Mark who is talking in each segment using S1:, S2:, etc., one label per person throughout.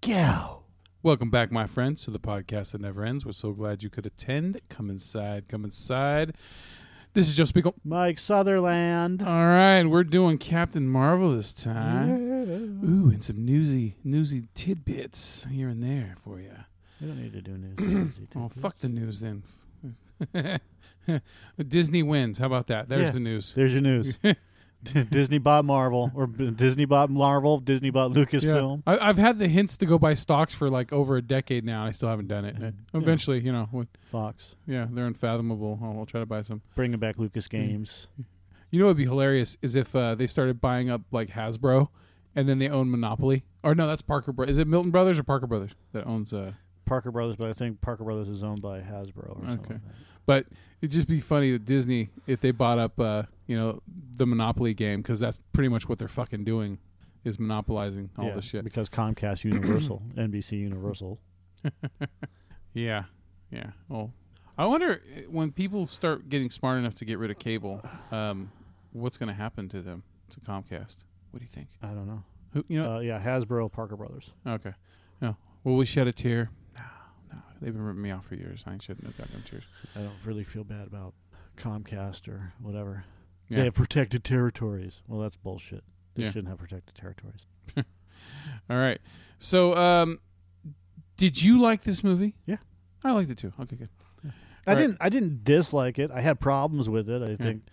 S1: go.
S2: Welcome back, my friends, to the podcast that never ends. We're so glad you could attend. Come inside, come inside. This is Joe Spiegel.
S1: Mike Sutherland.
S2: All right, we're doing Captain Marvel this time. Ooh, and some newsy, newsy tidbits here and there for you.
S1: We don't need to do news.
S2: Oh, fuck the news then. Disney wins. How about that? There's
S1: Yeah.
S2: the news.
S1: There's your news. Disney bought Marvel, or B- Disney bought Marvel, Disney bought Lucasfilm.
S2: I, I've had the hints to go buy stocks for like over a decade now. and I still haven't done it.
S1: Mm-hmm.
S2: Eventually, you know, when-
S1: Fox,
S2: yeah, they're unfathomable. I'll, I'll try to buy some.
S1: bringing back Lucas
S2: Hmm.
S1: Games.
S2: You know, what would be hilarious is if uh, they started buying up like Hasbro, and then they own Monopoly. Or no, that's Parker. Bro- is it Milton Brothers or Parker Brothers that owns? Uh,
S1: Parker Brothers, but I think Parker Brothers is owned by Hasbro or something.
S2: Okay.
S1: like that.
S2: but it'd just be funny that Disney if they bought up, uh, you know, the Monopoly game because that's pretty much what they're fucking doing is monopolizing all
S1: Yeah,
S2: this shit.
S1: Because Comcast Universal, NBC Universal.
S2: Yeah, yeah. Oh, I wonder eh, when people start getting smart enough to get rid of cable, um, what's going to happen to them to Comcast? What do you think?
S1: I don't know.
S2: Who you know?
S1: Uh, yeah, Hasbro, Parker Brothers.
S2: Okay. No. Will we shed a tear? No, no. They've been ripping me off for years. I ain't shedding no goddamn tears.
S1: I don't really feel bad about Comcast or whatever.
S2: Yeah.
S1: They have protected territories. Well, that's bullshit. They
S2: Yeah.
S1: shouldn't have protected territories.
S2: All right. So, um, did you like this movie?
S1: Yeah.
S2: I liked it too. Okay, good.
S1: I
S2: Right.
S1: didn't. I didn't dislike it. I had problems with it. I think,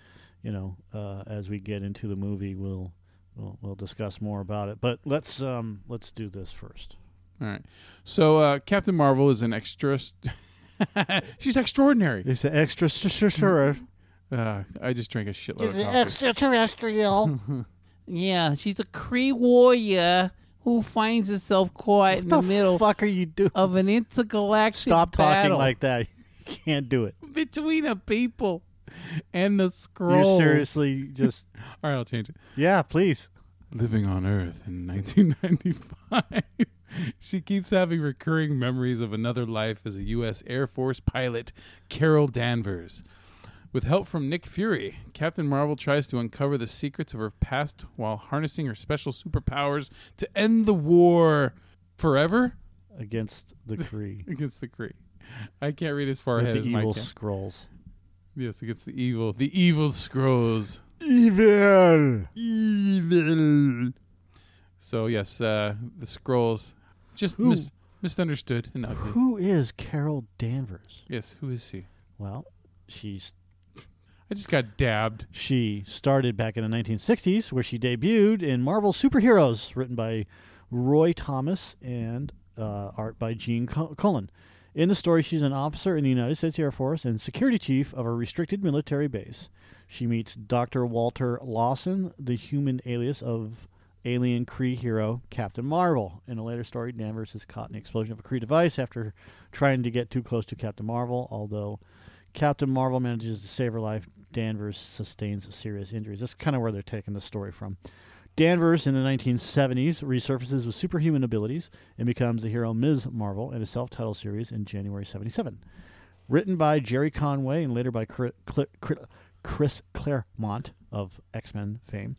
S1: you know, uh, as we get into the movie, we'll, we'll we'll discuss more about it. But let's um let's do this first.
S2: All right. So, uh, Captain Marvel is an extra. She's extraordinary.
S1: It's an extra. Sure.
S2: Uh, I just drank a shitload
S3: She's
S2: of
S3: an
S2: coffee.
S3: extraterrestrial.
S4: Yeah, she's a Cree warrior who finds herself caught in the, middle
S1: fuck are you doing?
S4: of an intergalactic
S1: Stop talking
S4: battle
S1: like that. You can't do it.
S4: between the people and the
S1: You're
S4: scrolls.
S1: seriously just.
S2: All right, I'll change it.
S1: Yeah, please.
S2: Living on Earth in 1995. she keeps having recurring memories of another life as a U.S. Air Force pilot, Carol Danvers. With help from Nick Fury, Captain Marvel tries to uncover the secrets of her past while harnessing her special superpowers to end the war forever
S1: Against the Kree.
S2: against the Kree. I can't read as far
S1: With
S2: ahead as
S1: the
S2: Mike
S1: evil
S2: can.
S1: scrolls.
S2: Yes, against the evil, the evil scrolls.
S1: Evil.
S2: evil. So yes, uh, the scrolls just
S1: Who-
S2: mis- misunderstood and ugly.
S1: Who is Carol Danvers?
S2: Yes, who is he?
S1: Well, she's
S2: I just got dabbed.
S1: she started back in the 1960s, where she debuted in Marvel Superheroes, written by Roy Thomas and uh, art by Gene Cul- Cullen. In the story, she's an officer in the United States Air Force and security chief of a restricted military base. She meets Dr. Walter Lawson, the human alias of alien Kree hero Captain Marvel. In a later story, Danvers is caught in the explosion of a Kree device after trying to get too close to Captain Marvel, although Captain Marvel manages to save her life. Danvers sustains serious injuries. That's kind of where they're taking the story from. Danvers in the 1970s resurfaces with superhuman abilities and becomes the hero Ms. Marvel in a self titled series in January 77. Written by Jerry Conway and later by Cri- Cli- Cri- Chris Claremont of X Men fame.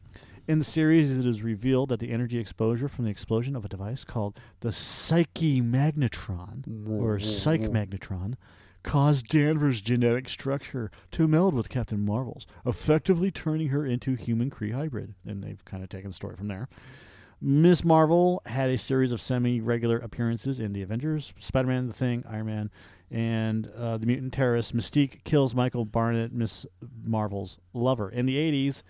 S1: In the series, it is revealed that the energy exposure from the explosion of a device called the Psyche Magnetron, or Psych Magnetron, caused Danvers' genetic structure to meld with Captain Marvel's, effectively turning her into human Kree hybrid. And they've kind of taken the story from there. Ms. Marvel had a series of semi regular appearances in The Avengers, Spider Man, The Thing, Iron Man, and uh, The Mutant Terrorist. Mystique kills Michael Barnett, Ms. Marvel's lover. In the 80s,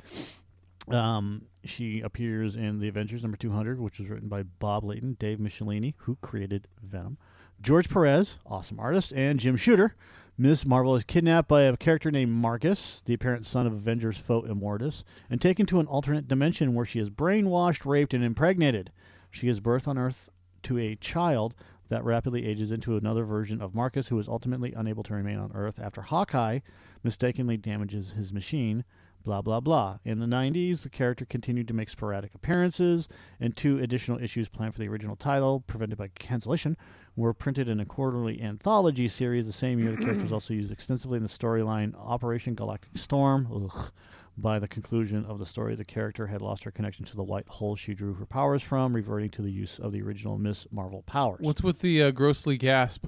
S1: um, she appears in The Avengers number 200, which was written by Bob Layton, Dave Michelini, who created Venom, George Perez, awesome artist, and Jim Shooter. Miss Marvel is kidnapped by a character named Marcus, the apparent son of Avengers foe Immortus, and taken to an alternate dimension where she is brainwashed, raped, and impregnated. She is birthed on Earth to a child that rapidly ages into another version of Marcus, who is ultimately unable to remain on Earth after Hawkeye mistakenly damages his machine. Blah, blah, blah. In the 90s, the character continued to make sporadic appearances, and two additional issues planned for the original title, prevented by cancellation, were printed in a quarterly anthology series the same year. The character was also used extensively in the storyline Operation Galactic Storm, ugh, By the conclusion of the story, the character had lost her connection to the white hole she drew her powers from, reverting to the use of the original Miss Marvel powers.
S2: What's with the uh, grossly gasp?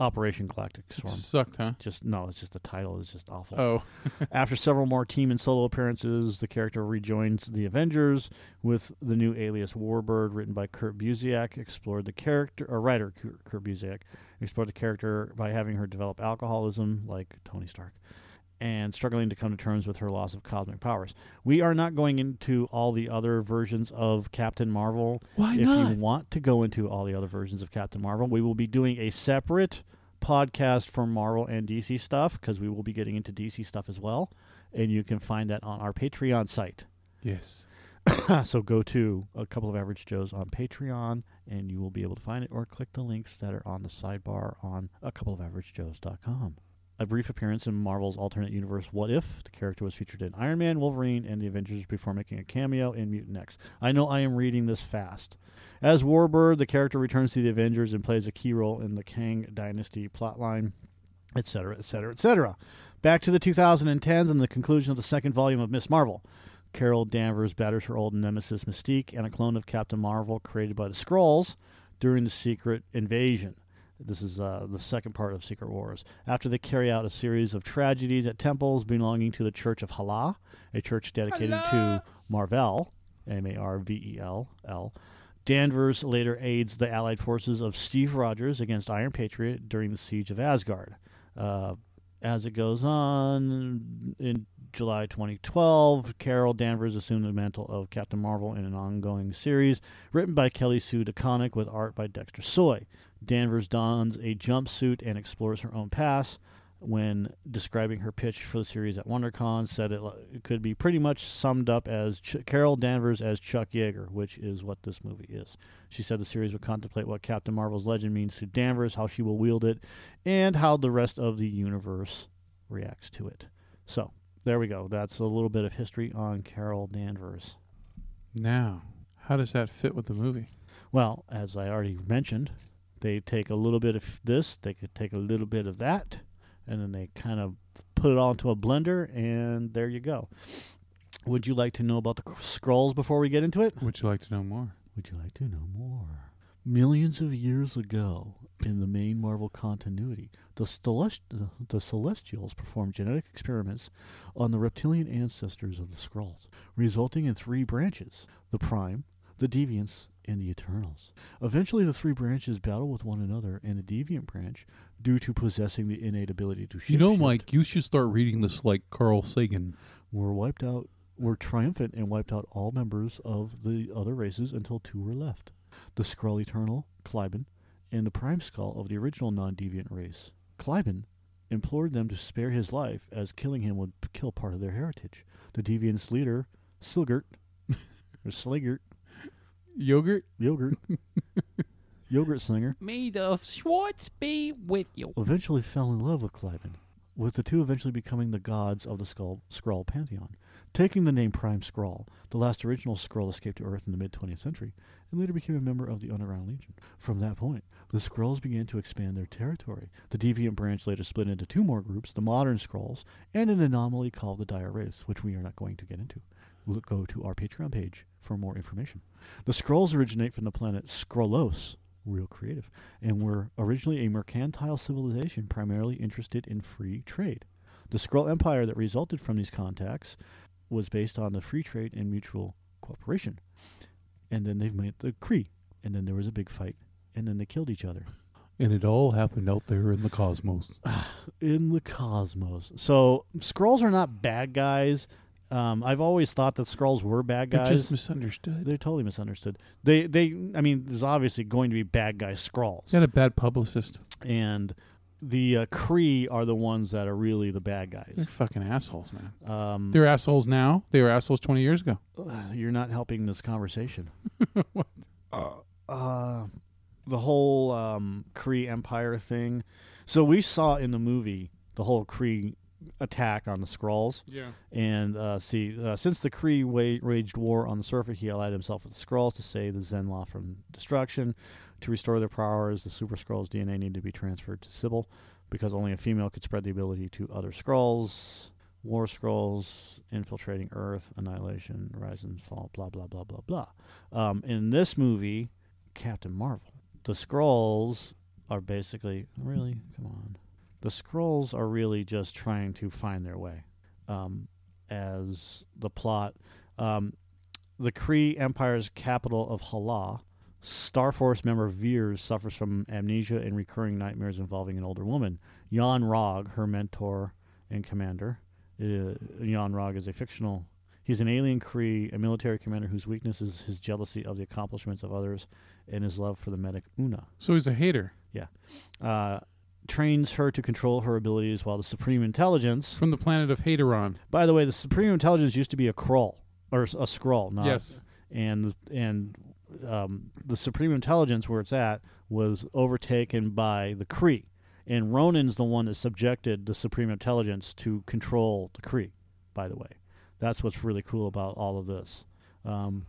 S1: Operation Galactic
S2: It
S1: Storm?
S2: sucked, huh?
S1: Just no, it's just the title is just awful.
S2: Oh,
S1: After several more team and solo appearances, the character rejoins the Avengers with the new alias Warbird, written by Kurt Busiek. Explored the character, or writer Kurt, Kurt Busiek, explored the character by having her develop alcoholism, like Tony Stark, and struggling to come to terms with her loss of cosmic powers. We are not going into all the other versions of Captain Marvel.
S2: Why
S1: if
S2: not?
S1: you want to go into all the other versions of Captain Marvel, we will be doing a separate podcast for Marvel and DC stuff because we will be getting into DC stuff as well. And you can find that on our Patreon site.
S2: yes.
S1: so go to a couple of Average Joes on Patreon and you will be able to find it or click the links that are on the sidebar on a couple of averagejoes.com. A brief appearance in Marvel's alternate universe What If. The character was featured in Iron Man, Wolverine, and the Avengers before making a cameo in Mutant X. I know I am reading this fast. As Warbird, the character returns to the Avengers and plays a key role in the Kang Dynasty plotline, etc., etc., etc. Back to the 2010s and the conclusion of the second volume of Miss Marvel. Carol Danvers batters her old nemesis Mystique and a clone of Captain Marvel created by the Skrulls during the Secret Invasion. This is uh, the second part of Secret Wars. After they carry out a series of tragedies at temples belonging to the Church of Hala, a church dedicated to Marvel, M A R V E L L, Danvers later aids the Allied forces of Steve Rogers against Iron Patriot during the siege of Asgard. Uh, as it goes on, in July 2012, Carol Danvers assumed the mantle of Captain Marvel in an ongoing series written by Kelly Sue DeConnick with art by Dexter Soy. Danvers dons a jumpsuit and explores her own past. When describing her pitch for the series at WonderCon, said it, li- it could be pretty much summed up as Ch- Carol Danvers as Chuck Yeager, which is what this movie is. She said the series would contemplate what Captain Marvel's legend means to Danvers, how she will wield it, and how the rest of the universe reacts to it. So there we go. That's a little bit of history on Carol Danvers.
S2: Now, how does that fit with the movie?
S1: Well, as I already mentioned, they take a little bit of this, they could take a little bit of that, and then they kind of put it all into a blender, and there you go. Would you like to know about the scrolls before we get into it?
S2: Would you like to know more?
S1: Would you like to know more? Millions of years ago, in the main Marvel continuity, the, Celest- uh, the Celestials performed genetic experiments on the reptilian ancestors of the Skrulls, resulting in three branches the Prime, the Deviants, and the Eternals. Eventually, the three branches battle with one another, and the Deviant branch, due to possessing the innate ability to shapeshift,
S2: You know, Mike, you should start reading this like Carl Sagan.
S1: were wiped out, were triumphant, and wiped out all members of the other races until two were left the Skrull Eternal, Clyben, and the Prime Skull of the original non deviant race. Clyben implored them to spare his life, as killing him would p- kill part of their heritage. The deviant's leader, Silgert, or Sligert,
S2: Yogurt?
S1: Yogurt, Yogurt Slinger,
S4: Made of Schwartz be with you.
S1: eventually fell in love with Clyben, with the two eventually becoming the gods of the Skull, Skrull pantheon. Taking the name Prime Skrull, the last original Skrull escaped to Earth in the mid 20th century and later became a member of the Underground Legion. From that point, the Skrulls began to expand their territory. The Deviant branch later split into two more groups, the Modern Skrulls and an anomaly called the Dire Race, which we are not going to get into. Look, go to our Patreon page for more information. The Skrulls originate from the planet Skrullos, real creative, and were originally a mercantile civilization primarily interested in free trade. The Skrull Empire that resulted from these contacts was based on the free trade and mutual cooperation. And then they met the Kree, and then there was a big fight, and then they killed each other
S2: And it all happened out there in the cosmos.
S1: in the cosmos. So Skrulls are not bad guys. Um, I've always thought that Skrulls were bad
S2: They're
S1: guys.
S2: just misunderstood.
S1: They're totally misunderstood. They they I mean, there's obviously going to be bad guy Skrulls.
S2: They had a bad publicist.
S1: And the uh, Kree are the ones that are really the bad
S2: They're
S1: guys.
S2: fucking assholes, man.
S1: Um,
S2: They're assholes now. They were assholes 20 years ago.
S1: uh, you're not helping this conversation.
S2: What?
S1: Uh, uh, the whole um, Kree Empire thing. So we saw in the movie the whole Kree attack on the Skrulls.
S2: Yeah.
S1: And uh, see, uh, since the Kree wa- waged war on the surface, he allied himself with the Skrulls to save the Zen Law from destruction. To restore their powers, the Super Skrulls' DNA needed to be transferred to Sybil because only a female could spread the ability to other Skrulls. War Scrolls, Infiltrating Earth, Annihilation, Rise and Fall, blah, blah, blah, blah, blah. Um, in this movie, Captain Marvel, the Scrolls are basically, really? Come on. The Scrolls are really just trying to find their way um, as the plot. Um, the Kree Empire's capital of Hala, Starforce member Veers suffers from amnesia and recurring nightmares involving an older woman. Jan Rog, her mentor and commander. Uh, Jan Rog is a fictional. He's an alien Kree, a military commander whose weakness is his jealousy of the accomplishments of others and his love for the medic Una.
S2: So he's a hater
S1: Uh, trains her to control her abilities while the Supreme Intelligence.
S2: from the planet of Hateron.
S1: By the way, the Supreme Intelligence used to be a crawl or s- a scroll, not
S2: yes.
S1: and and um, the Supreme Intelligence, where it's at, was overtaken by the Kree, and Ronan's the one that subjected the Supreme Intelligence to control the Kree. By the way, that's what's really cool about all of this. Um,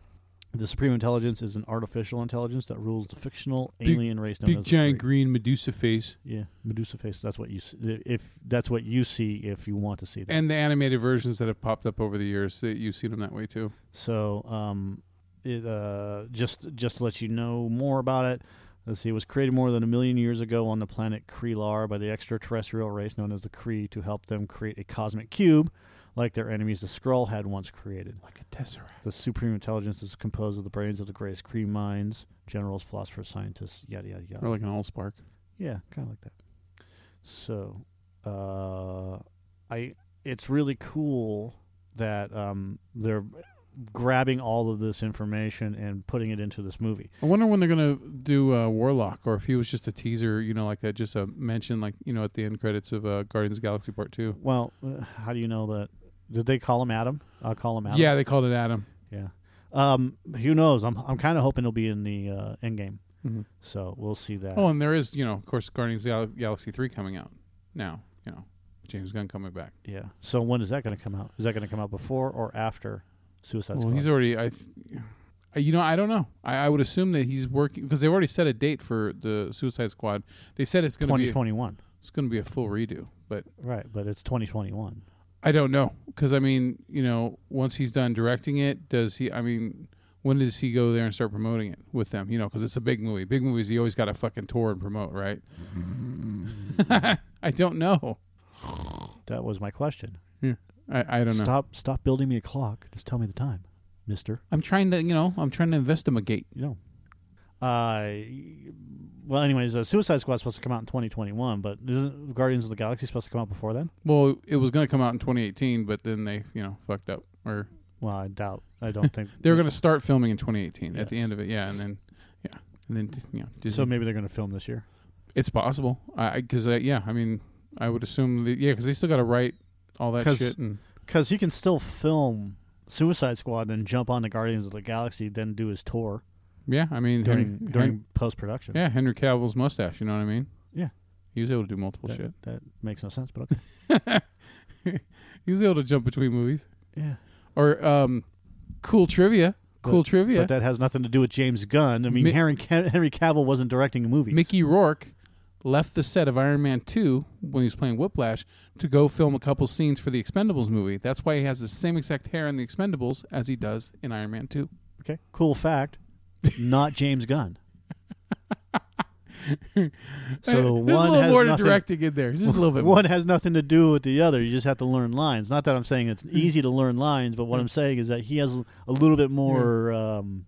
S1: the Supreme Intelligence is an artificial intelligence that rules the fictional
S2: Big-
S1: alien race known
S2: Big
S1: as the
S2: giant
S1: Kree.
S2: green Medusa face.
S1: Yeah, Medusa face. That's what you s- if that's what you see if you want to see that.
S2: And the animated versions that have popped up over the years, that you've seen them that way too.
S1: So um, it, uh, just just to let you know more about it, let's see. It was created more than a million years ago on the planet Kreelar by the extraterrestrial race known as the Kree to help them create a cosmic cube, like their enemies the Skrull had once created.
S2: Like a tesseract.
S1: The supreme intelligence is composed of the brains of the greatest Kree minds, generals, philosophers, scientists, yada yada yada.
S2: Or like an allspark.
S1: Yeah, kind of like that. So, uh, I it's really cool that um, they're grabbing all of this information and putting it into this movie.
S2: I wonder when they're gonna do uh, Warlock, or if he was just a teaser, you know, like a, just a mention, like you know, at the end credits of uh, Guardians of the Galaxy Part Two.
S1: Well, uh, how do you know that? Did they call him Adam? I'll call him Adam.
S2: Yeah, they called it Adam.
S1: yeah. Um, who knows? I'm I'm kind of hoping he'll be in the uh, end game.
S2: Mhm.
S1: So we'll see that.
S2: Oh, and there is, you know, of course, Guardians of the Gal- Galaxy Three coming out now. You know, James Gunn coming back.
S1: Yeah. So when is that going to come out? Is that going to come out before or after Suicide
S2: well,
S1: Squad?
S2: he's already. I, th- I- you know, I don't know. I, I would assume that he's working because they've already set a date for the Suicide Squad. They said it's gonna be
S1: 2021.
S2: it's gonna be a full redo, but
S1: Right, but it's 2021.
S2: I don't know because I mean, you know, once he's done directing it, does he? I mean, when does he go there and start promoting it with them? You know, because it's a big movie. Big movies, you always got to fucking tour and promote, right? I don't know.
S1: That was my question.
S2: I, I don't know.
S1: Stop stop building me a clock. Just tell me the time, mister.
S2: I'm trying to, you know, I'm trying to investigate.
S1: You know. Uh, well, anyways, uh, Suicide Squad supposed to come out in 2021, but isn't Guardians of the Galaxy supposed to come out before then?
S2: Well, it was going to come out in 2018, but then they, you know, fucked up. Or
S1: Well, I doubt. I don't think
S2: they were going to start filming in 2018 at the
S1: Yes.
S2: end of it, yeah, and then, yeah, and then, you know, Disney
S1: So maybe they're going to film this year.
S2: It's possible. I because uh, yeah, I mean, I would assume that, yeah, because they still got to write all that
S1: 'Cause-
S2: shit and
S1: Because he can still film Suicide Squad and jump on the Guardians of the Galaxy, then do his tour
S2: yeah. I mean,
S1: during
S2: Henry,
S1: during post production.
S2: Hen- yeah, Henry Cavill's mustache. You know what I mean?
S1: Yeah.
S2: he was able to do multiple
S1: that, that makes no sense, but okay.
S2: shit. he was able to jump between movies.
S1: Yeah,
S2: Or um, cool trivia. Cool trivia.
S1: but that has nothing to do with James Gunn. I mean,
S2: Mi-
S1: Henry, Ca- Henry Cavill wasn't directing movies.
S2: Mickey Rourke left the set of Iron Man 2 when he was playing Whiplash to go film a couple scenes for the Expendables movie. That's why he has the same exact hair in the Expendables as he does in Iron Man 2.
S1: Okay. Cool fact. Not James Gunn. so
S2: There's
S1: one
S2: a little
S1: has
S2: more to
S1: nothing,
S2: directing in there. Just a little bit more.
S1: One has nothing to do with the other. You just have to learn lines. Not that I'm saying it's easy to learn lines, but what I'm saying is that he has a little bit more um,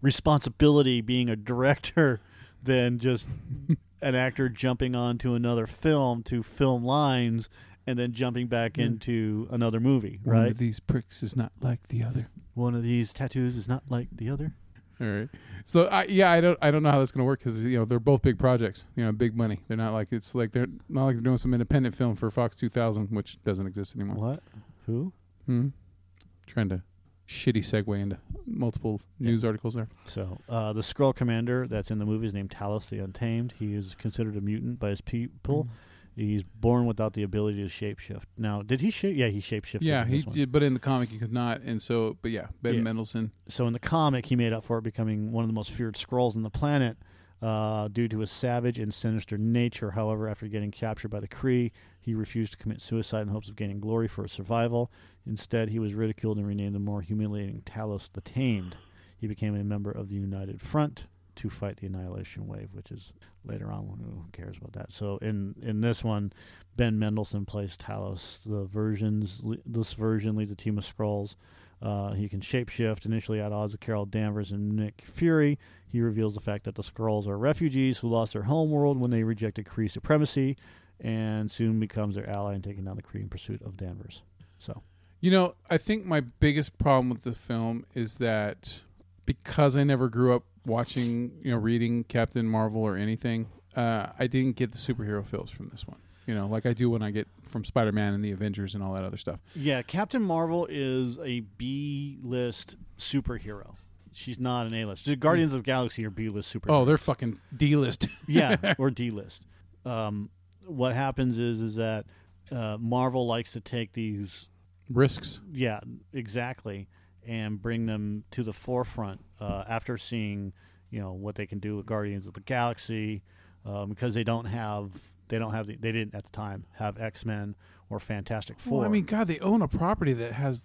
S1: responsibility being a director than just an actor jumping onto another film to film lines and then jumping back
S2: Yeah.
S1: into another movie,
S2: One
S1: right?
S2: of these pricks is not like the other.
S1: One of these tattoos is not like the other.
S2: All right. So I yeah I don't I don't know how that's gonna work because you know they're both big projects you know big money they're not like it's like they're not like they're doing some independent film for Fox 2000 which doesn't exist anymore.
S1: What? Who?
S2: Hmm. Trying to shitty segue into multiple news articles there.
S1: So uh, the Skrull commander that's in the movie is named Talos the Untamed. He is considered a mutant by his
S2: Mm-hmm.
S1: people. He's born without the ability to shapeshift. Now, did he shape? Yeah, he shapeshifted.
S2: Yeah,
S1: in
S2: he
S1: this one.
S2: did, but in the comic he could not, and so but yeah Ben
S1: Yeah.
S2: Mendelsohn
S1: So in the comic, he made up for it, becoming one of the most feared Skrulls on the planet. uh, due to his savage and sinister nature. However, after getting captured by the Cree, he refused to commit suicide in hopes of gaining glory for his survival. Instead, he was ridiculed and renamed the more humiliating Talos the Tamed. He became a member of the United Front to fight the Annihilation Wave, which is later on. Who cares about that? So in in this one, Ben Mendelsohn plays Talos. The versions le- this version leads a team of Skrulls. Uh, he can shapeshift. Initially at odds with Carol Danvers and Nick Fury, he reveals the fact that the Skrulls are refugees who lost their homeworld when they rejected Kree supremacy, and soon becomes their ally in taking down the Kree in pursuit of Danvers. So
S2: You know, I think my biggest problem with the film is that because I never grew up watching, you know, reading Captain Marvel or anything, uh, I didn't get the superhero feels from this one. You know, like I do when I get from Spider Man and the Avengers and all that other stuff.
S1: yeah, Captain Marvel is a B list superhero. She's not an A list. The Guardians of the Galaxy are B list superheroes.
S2: Oh, they're fucking D list.
S1: yeah, or D list. Um, what happens is is that uh, Marvel likes to take these,
S2: Risks.
S1: yeah, exactly, and bring them to the forefront uh, after seeing, you know, what they can do with Guardians of the Galaxy, um, because they don't have they don't have the, they didn't at the time have X Men or Fantastic Four.
S2: Well, I mean, God, they own a property that has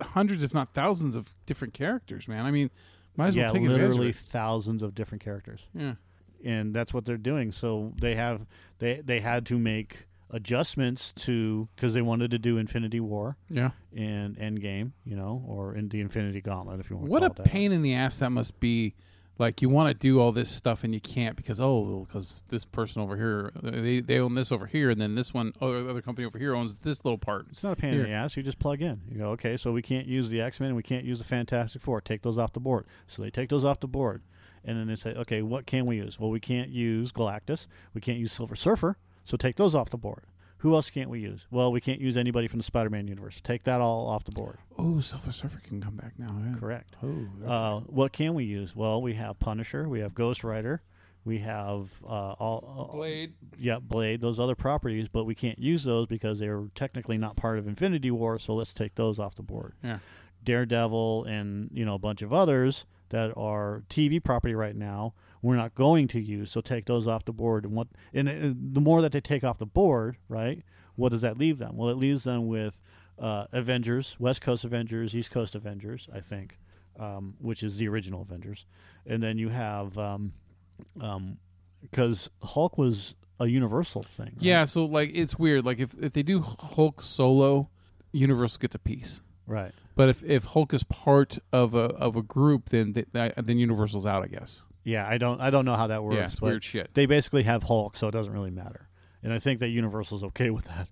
S2: hundreds, if not thousands, of different characters, man. I mean, might as
S1: yeah,
S2: well take advantage of
S1: literally
S2: it.
S1: thousands of different characters.
S2: Yeah.
S1: and that's what they're doing. So they have they they had to make adjustments to because they wanted to do Infinity War
S2: Yeah.
S1: and Endgame, you know, or in the Infinity Gauntlet if you want.
S2: What
S1: to
S2: a
S1: call it that.
S2: pain in the ass that must be. Like you want to do all this stuff and you can't because oh because this person over here they, they own this over here and then this one other other company over here owns this little part.
S1: It's not a pain in
S2: Here.
S1: the ass. You just plug in. You go, okay, so we can't use the X Men and we can't use the Fantastic Four. Take those off the board. So they take those off the board, and then they say, okay, what can we use? Well, we can't use Galactus. We can't use Silver Surfer. So take those off the board. Who else can't we use? Well, we can't use anybody from the Spider-Man universe. Take that all off the board.
S2: Oh, Silver Surfer can come back now. Yeah.
S1: Correct.
S2: Oh, that's-
S1: Uh, what can we use? Well, we have Punisher, we have Ghost Rider, we have uh, all
S2: Blade.
S1: yeah, Blade, those other properties, but we can't use those because they're technically not part of Infinity War. So let's take those off the board.
S2: Yeah.
S1: Daredevil and you know a bunch of others that are TV property right now. We're not going to use, so take those off the board. And what and uh, the more that they take off the board, right? What does that leave them? Well, it leaves them with uh, Avengers, West Coast Avengers, East Coast Avengers, I think, um, which is the original Avengers, and then you have um, um, because Hulk was a Universal thing. right?
S2: Yeah, so like it's weird. Like if, if they do Hulk solo, Universal gets a piece.
S1: right.
S2: But if, if Hulk is part of a of a group, then th- th- then Universal's out, I guess.
S1: Yeah, I don't I don't know how that works.
S2: yeah, it's
S1: but
S2: weird shit.
S1: They basically have Hulk, so it doesn't really matter. And I think that Universal's okay with that,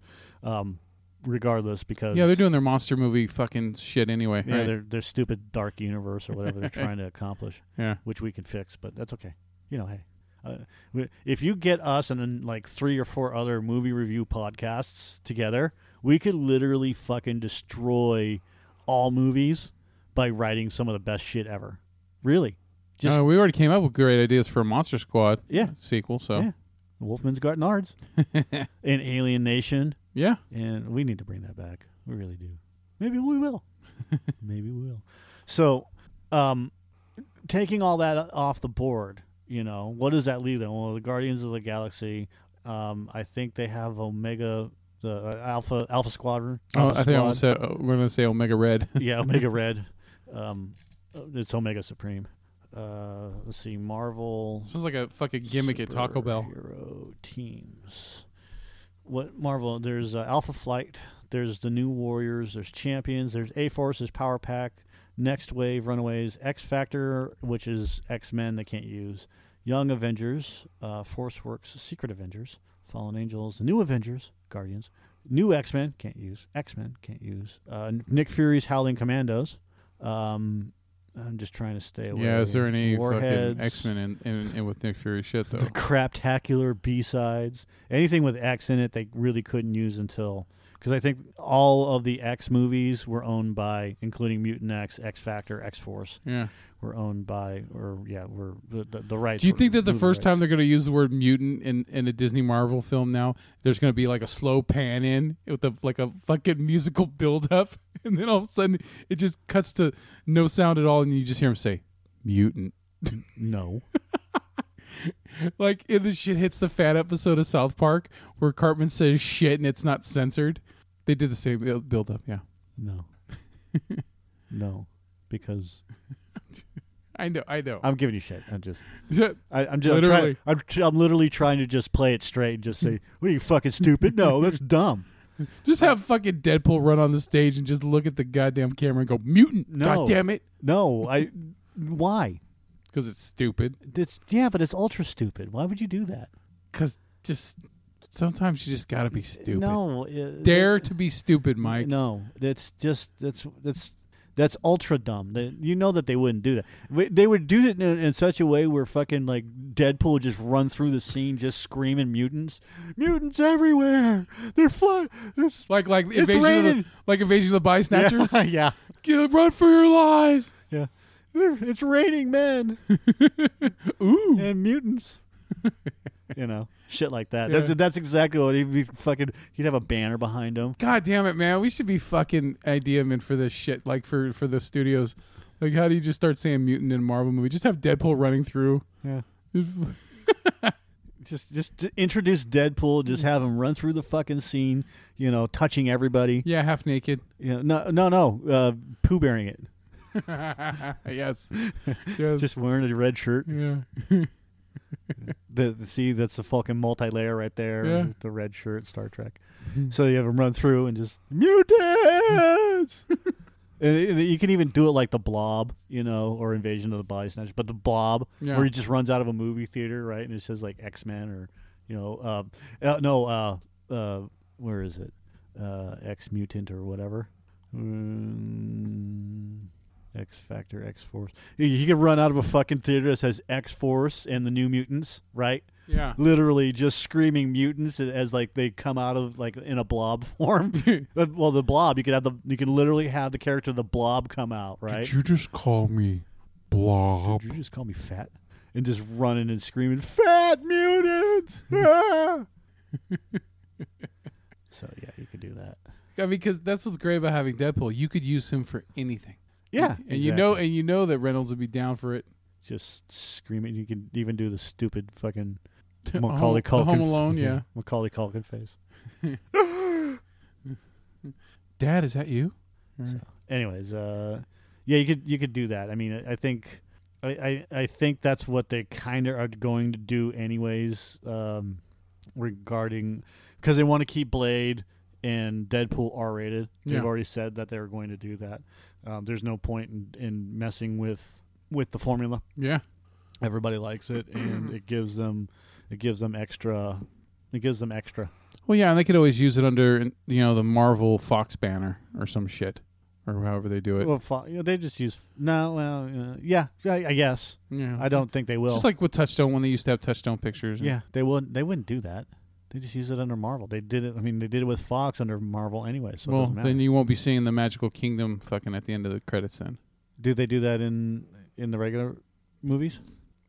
S1: um, regardless, because
S2: Yeah, they're doing their monster movie fucking shit anyway.
S1: yeah,
S2: right?
S1: their their stupid dark universe or whatever they're trying to accomplish,
S2: yeah.
S1: which we can fix, but that's okay. You know, hey, uh, we- if you get us and then like three or four other movie review podcasts together, we could literally fucking destroy all movies by writing some of the best shit ever. Really, just
S2: Uh, we already came up with great ideas for a Monster Squad
S1: yeah.
S2: sequel. So
S1: Yeah. Wolfman's got nards and Alien Nation,
S2: yeah,
S1: and we need to bring that back. We really do. Maybe we will. Maybe we will. So, um, taking all that off the board, you know, what does that leave them? Well, the Guardians of the Galaxy. Um, I think they have Omega, the uh, Alpha Alpha Squadron.
S2: Oh,
S1: Alpha
S2: I think
S1: Squad.
S2: I'm gonna say, oh, we're gonna say Omega Red.
S1: yeah, Omega Red. Um, it's Omega Supreme. Uh, let's see, Marvel.
S2: Sounds like a fucking gimmick at Taco Bell.
S1: Hero teams. What Marvel? There's uh, Alpha Flight. There's the New Warriors. There's Champions. There's A Force. There's Power Pack. Next Wave, Runaways, X Factor, which is X Men they can't use. Young Avengers, uh, Force Works, Secret Avengers, Fallen Angels, New Avengers, Guardians, New X Men can't use. X Men can't use. Uh, Nick Fury's Howling Commandos. Um, I'm just trying to stay away.
S2: Yeah, is there any
S1: Warheads
S2: fucking X Men in, in, in with Nick Fury shit though?
S1: the craptacular b-sides anything with x in it they really couldn't use until because i think all of the x movies were owned by including mutant x x factor x force
S2: Yeah.
S1: were owned by or yeah were the, the, the rights
S2: Do you
S1: were-
S2: think that the
S1: movie
S2: first time
S1: rights.
S2: they're going to use the word mutant in, in a Disney Marvel film now, there's going to be like a slow pan in with a, like a fucking musical build up, and then all of a sudden it just cuts to no sound at all, and you just hear him say mutant.
S1: no
S2: like in the shit hits the fan episode of South Park where Cartman says shit and it's not censored. They did the same build build up. Yeah,
S1: No. no. Because
S2: I know. I know.
S1: I'm giving you shit. I'm just,
S2: Yeah,
S1: I, I'm just,
S2: Literally.
S1: I'm, trying, I'm, I'm literally trying to just play it straight and just say, "What are you fucking stupid? No, that's dumb.
S2: Just have fucking Deadpool run on the stage and just look at the goddamn camera and go mutant.
S1: No.
S2: God damn it,
S1: No, I, why?
S2: because it's stupid.
S1: It's yeah, but it's ultra stupid. Why would you do that?
S2: Because just sometimes you just gotta be stupid.
S1: No, it-
S2: Dare to be stupid, Mike.
S1: No, that's just that's that's that's ultra dumb. That- You know that they wouldn't do that. Wa- They would do it in, in such a way where fucking like Deadpool would just run through the scene, just screaming mutants, mutants everywhere. They're flying. It's,
S2: Like like
S1: It's
S2: invasion of
S1: raining.
S2: the, like invasion of the body snatchers.
S1: yeah, yeah,
S2: Get- Run for your lives.
S1: yeah. They're- It's raining men
S2: Ooh.
S1: and mutants. you know, shit like that.
S2: Yeah.
S1: That's that's exactly what he'd be fucking. He'd have a banner behind him.
S2: God damn it, man. We should be fucking idea men for this shit. Like for for the studios. Like how do you just start saying mutant in a Marvel movie? Just have Deadpool running through.
S1: Yeah. just just to introduce Deadpool, just have him run through the fucking scene, you know, touching everybody.
S2: Yeah, half naked.
S1: You know, no, no, no, uh, poo bearing it,
S2: yes. yes.
S1: just wearing a red shirt.
S2: yeah.
S1: The, the see that's the fucking multi layer right there.
S2: Yeah.
S1: with The red shirt, Star Trek. so you have him run through and just mutants. And it- you can even do it like the Blob, you know, or Invasion of the Body Snatchers. But the Blob,
S2: Yeah.
S1: where he just runs out of a movie theater, right, and it says like X Men or, you know, uh, uh, no, uh, uh, where is it, uh, X Mutant or whatever, mm, X Factor, X Force. You- You can run out of a fucking theater that says X Force and the New Mutants, right?
S2: Yeah.
S1: literally just screaming mutants as like they come out of like in a blob form. But- well, the blob you could have the you could literally have the character the blob come out, right?
S2: you just call me Blob?
S1: Did you just call me fat? And just running and screaming, "Fat mutants!" Ah!" so yeah, you could do that.
S2: I mean, because that's what's great about having Deadpool. You could use him for anything.
S1: Yeah,
S2: and you know,
S1: exactly.
S2: and you know that Reynolds would be down for it.
S1: just screaming. You can even do the stupid fucking
S2: The
S1: Macaulay
S2: Home- the
S1: Culkin.
S2: Home Alone, yeah.
S1: Macaulay Culkin face.
S2: Dad, is that you?
S1: anyways, uh, yeah, you could you could do that. I mean, I, I think I, I, I think that's what they kind of are going to do anyways, um, regarding because they want to keep Blade and Deadpool R rated. They've
S2: Yeah.
S1: already said that they're going to do that. Um, there's no point in, in messing with with the formula.
S2: Yeah,
S1: Everybody likes it, and it gives them it gives them extra. It gives them extra.
S2: Well, yeah, and they could always use it under you know the Marvel Fox banner or some shit, or however they do it.
S1: Well, fi- you know, they just use no. Well, uh, yeah, I, I guess
S2: yeah,
S1: I don't think they will.
S2: Just like with Touchstone when they used to have Touchstone pictures. and-
S1: Yeah, they wouldn't. They wouldn't do that. They just use it under Marvel. They did it. I mean, they did it with Fox under Marvel anyway. So it
S2: well,
S1: doesn't matter.
S2: then you won't be seeing the Magical Kingdom fucking at the end of the credits. Then.
S1: do they do that in in the regular movies?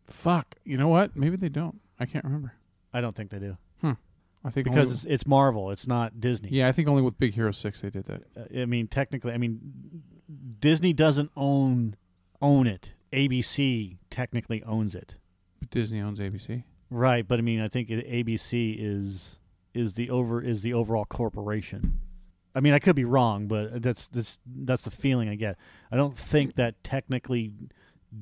S2: Fuck. You know what? Maybe they don't. I can't remember.
S1: I don't think they do
S2: I think
S1: because
S2: only,
S1: it's, it's Marvel. It's not Disney.
S2: yeah, I think only with Big Hero Six they did that.
S1: Uh, I mean, technically, I mean, Disney doesn't own own it. ABC technically owns it,
S2: But Disney owns ABC.
S1: right? But I mean, I think it, ABC is is the over is the overall corporation. I mean, I could be wrong, but that's that's that's the feeling I get. I don't think that technically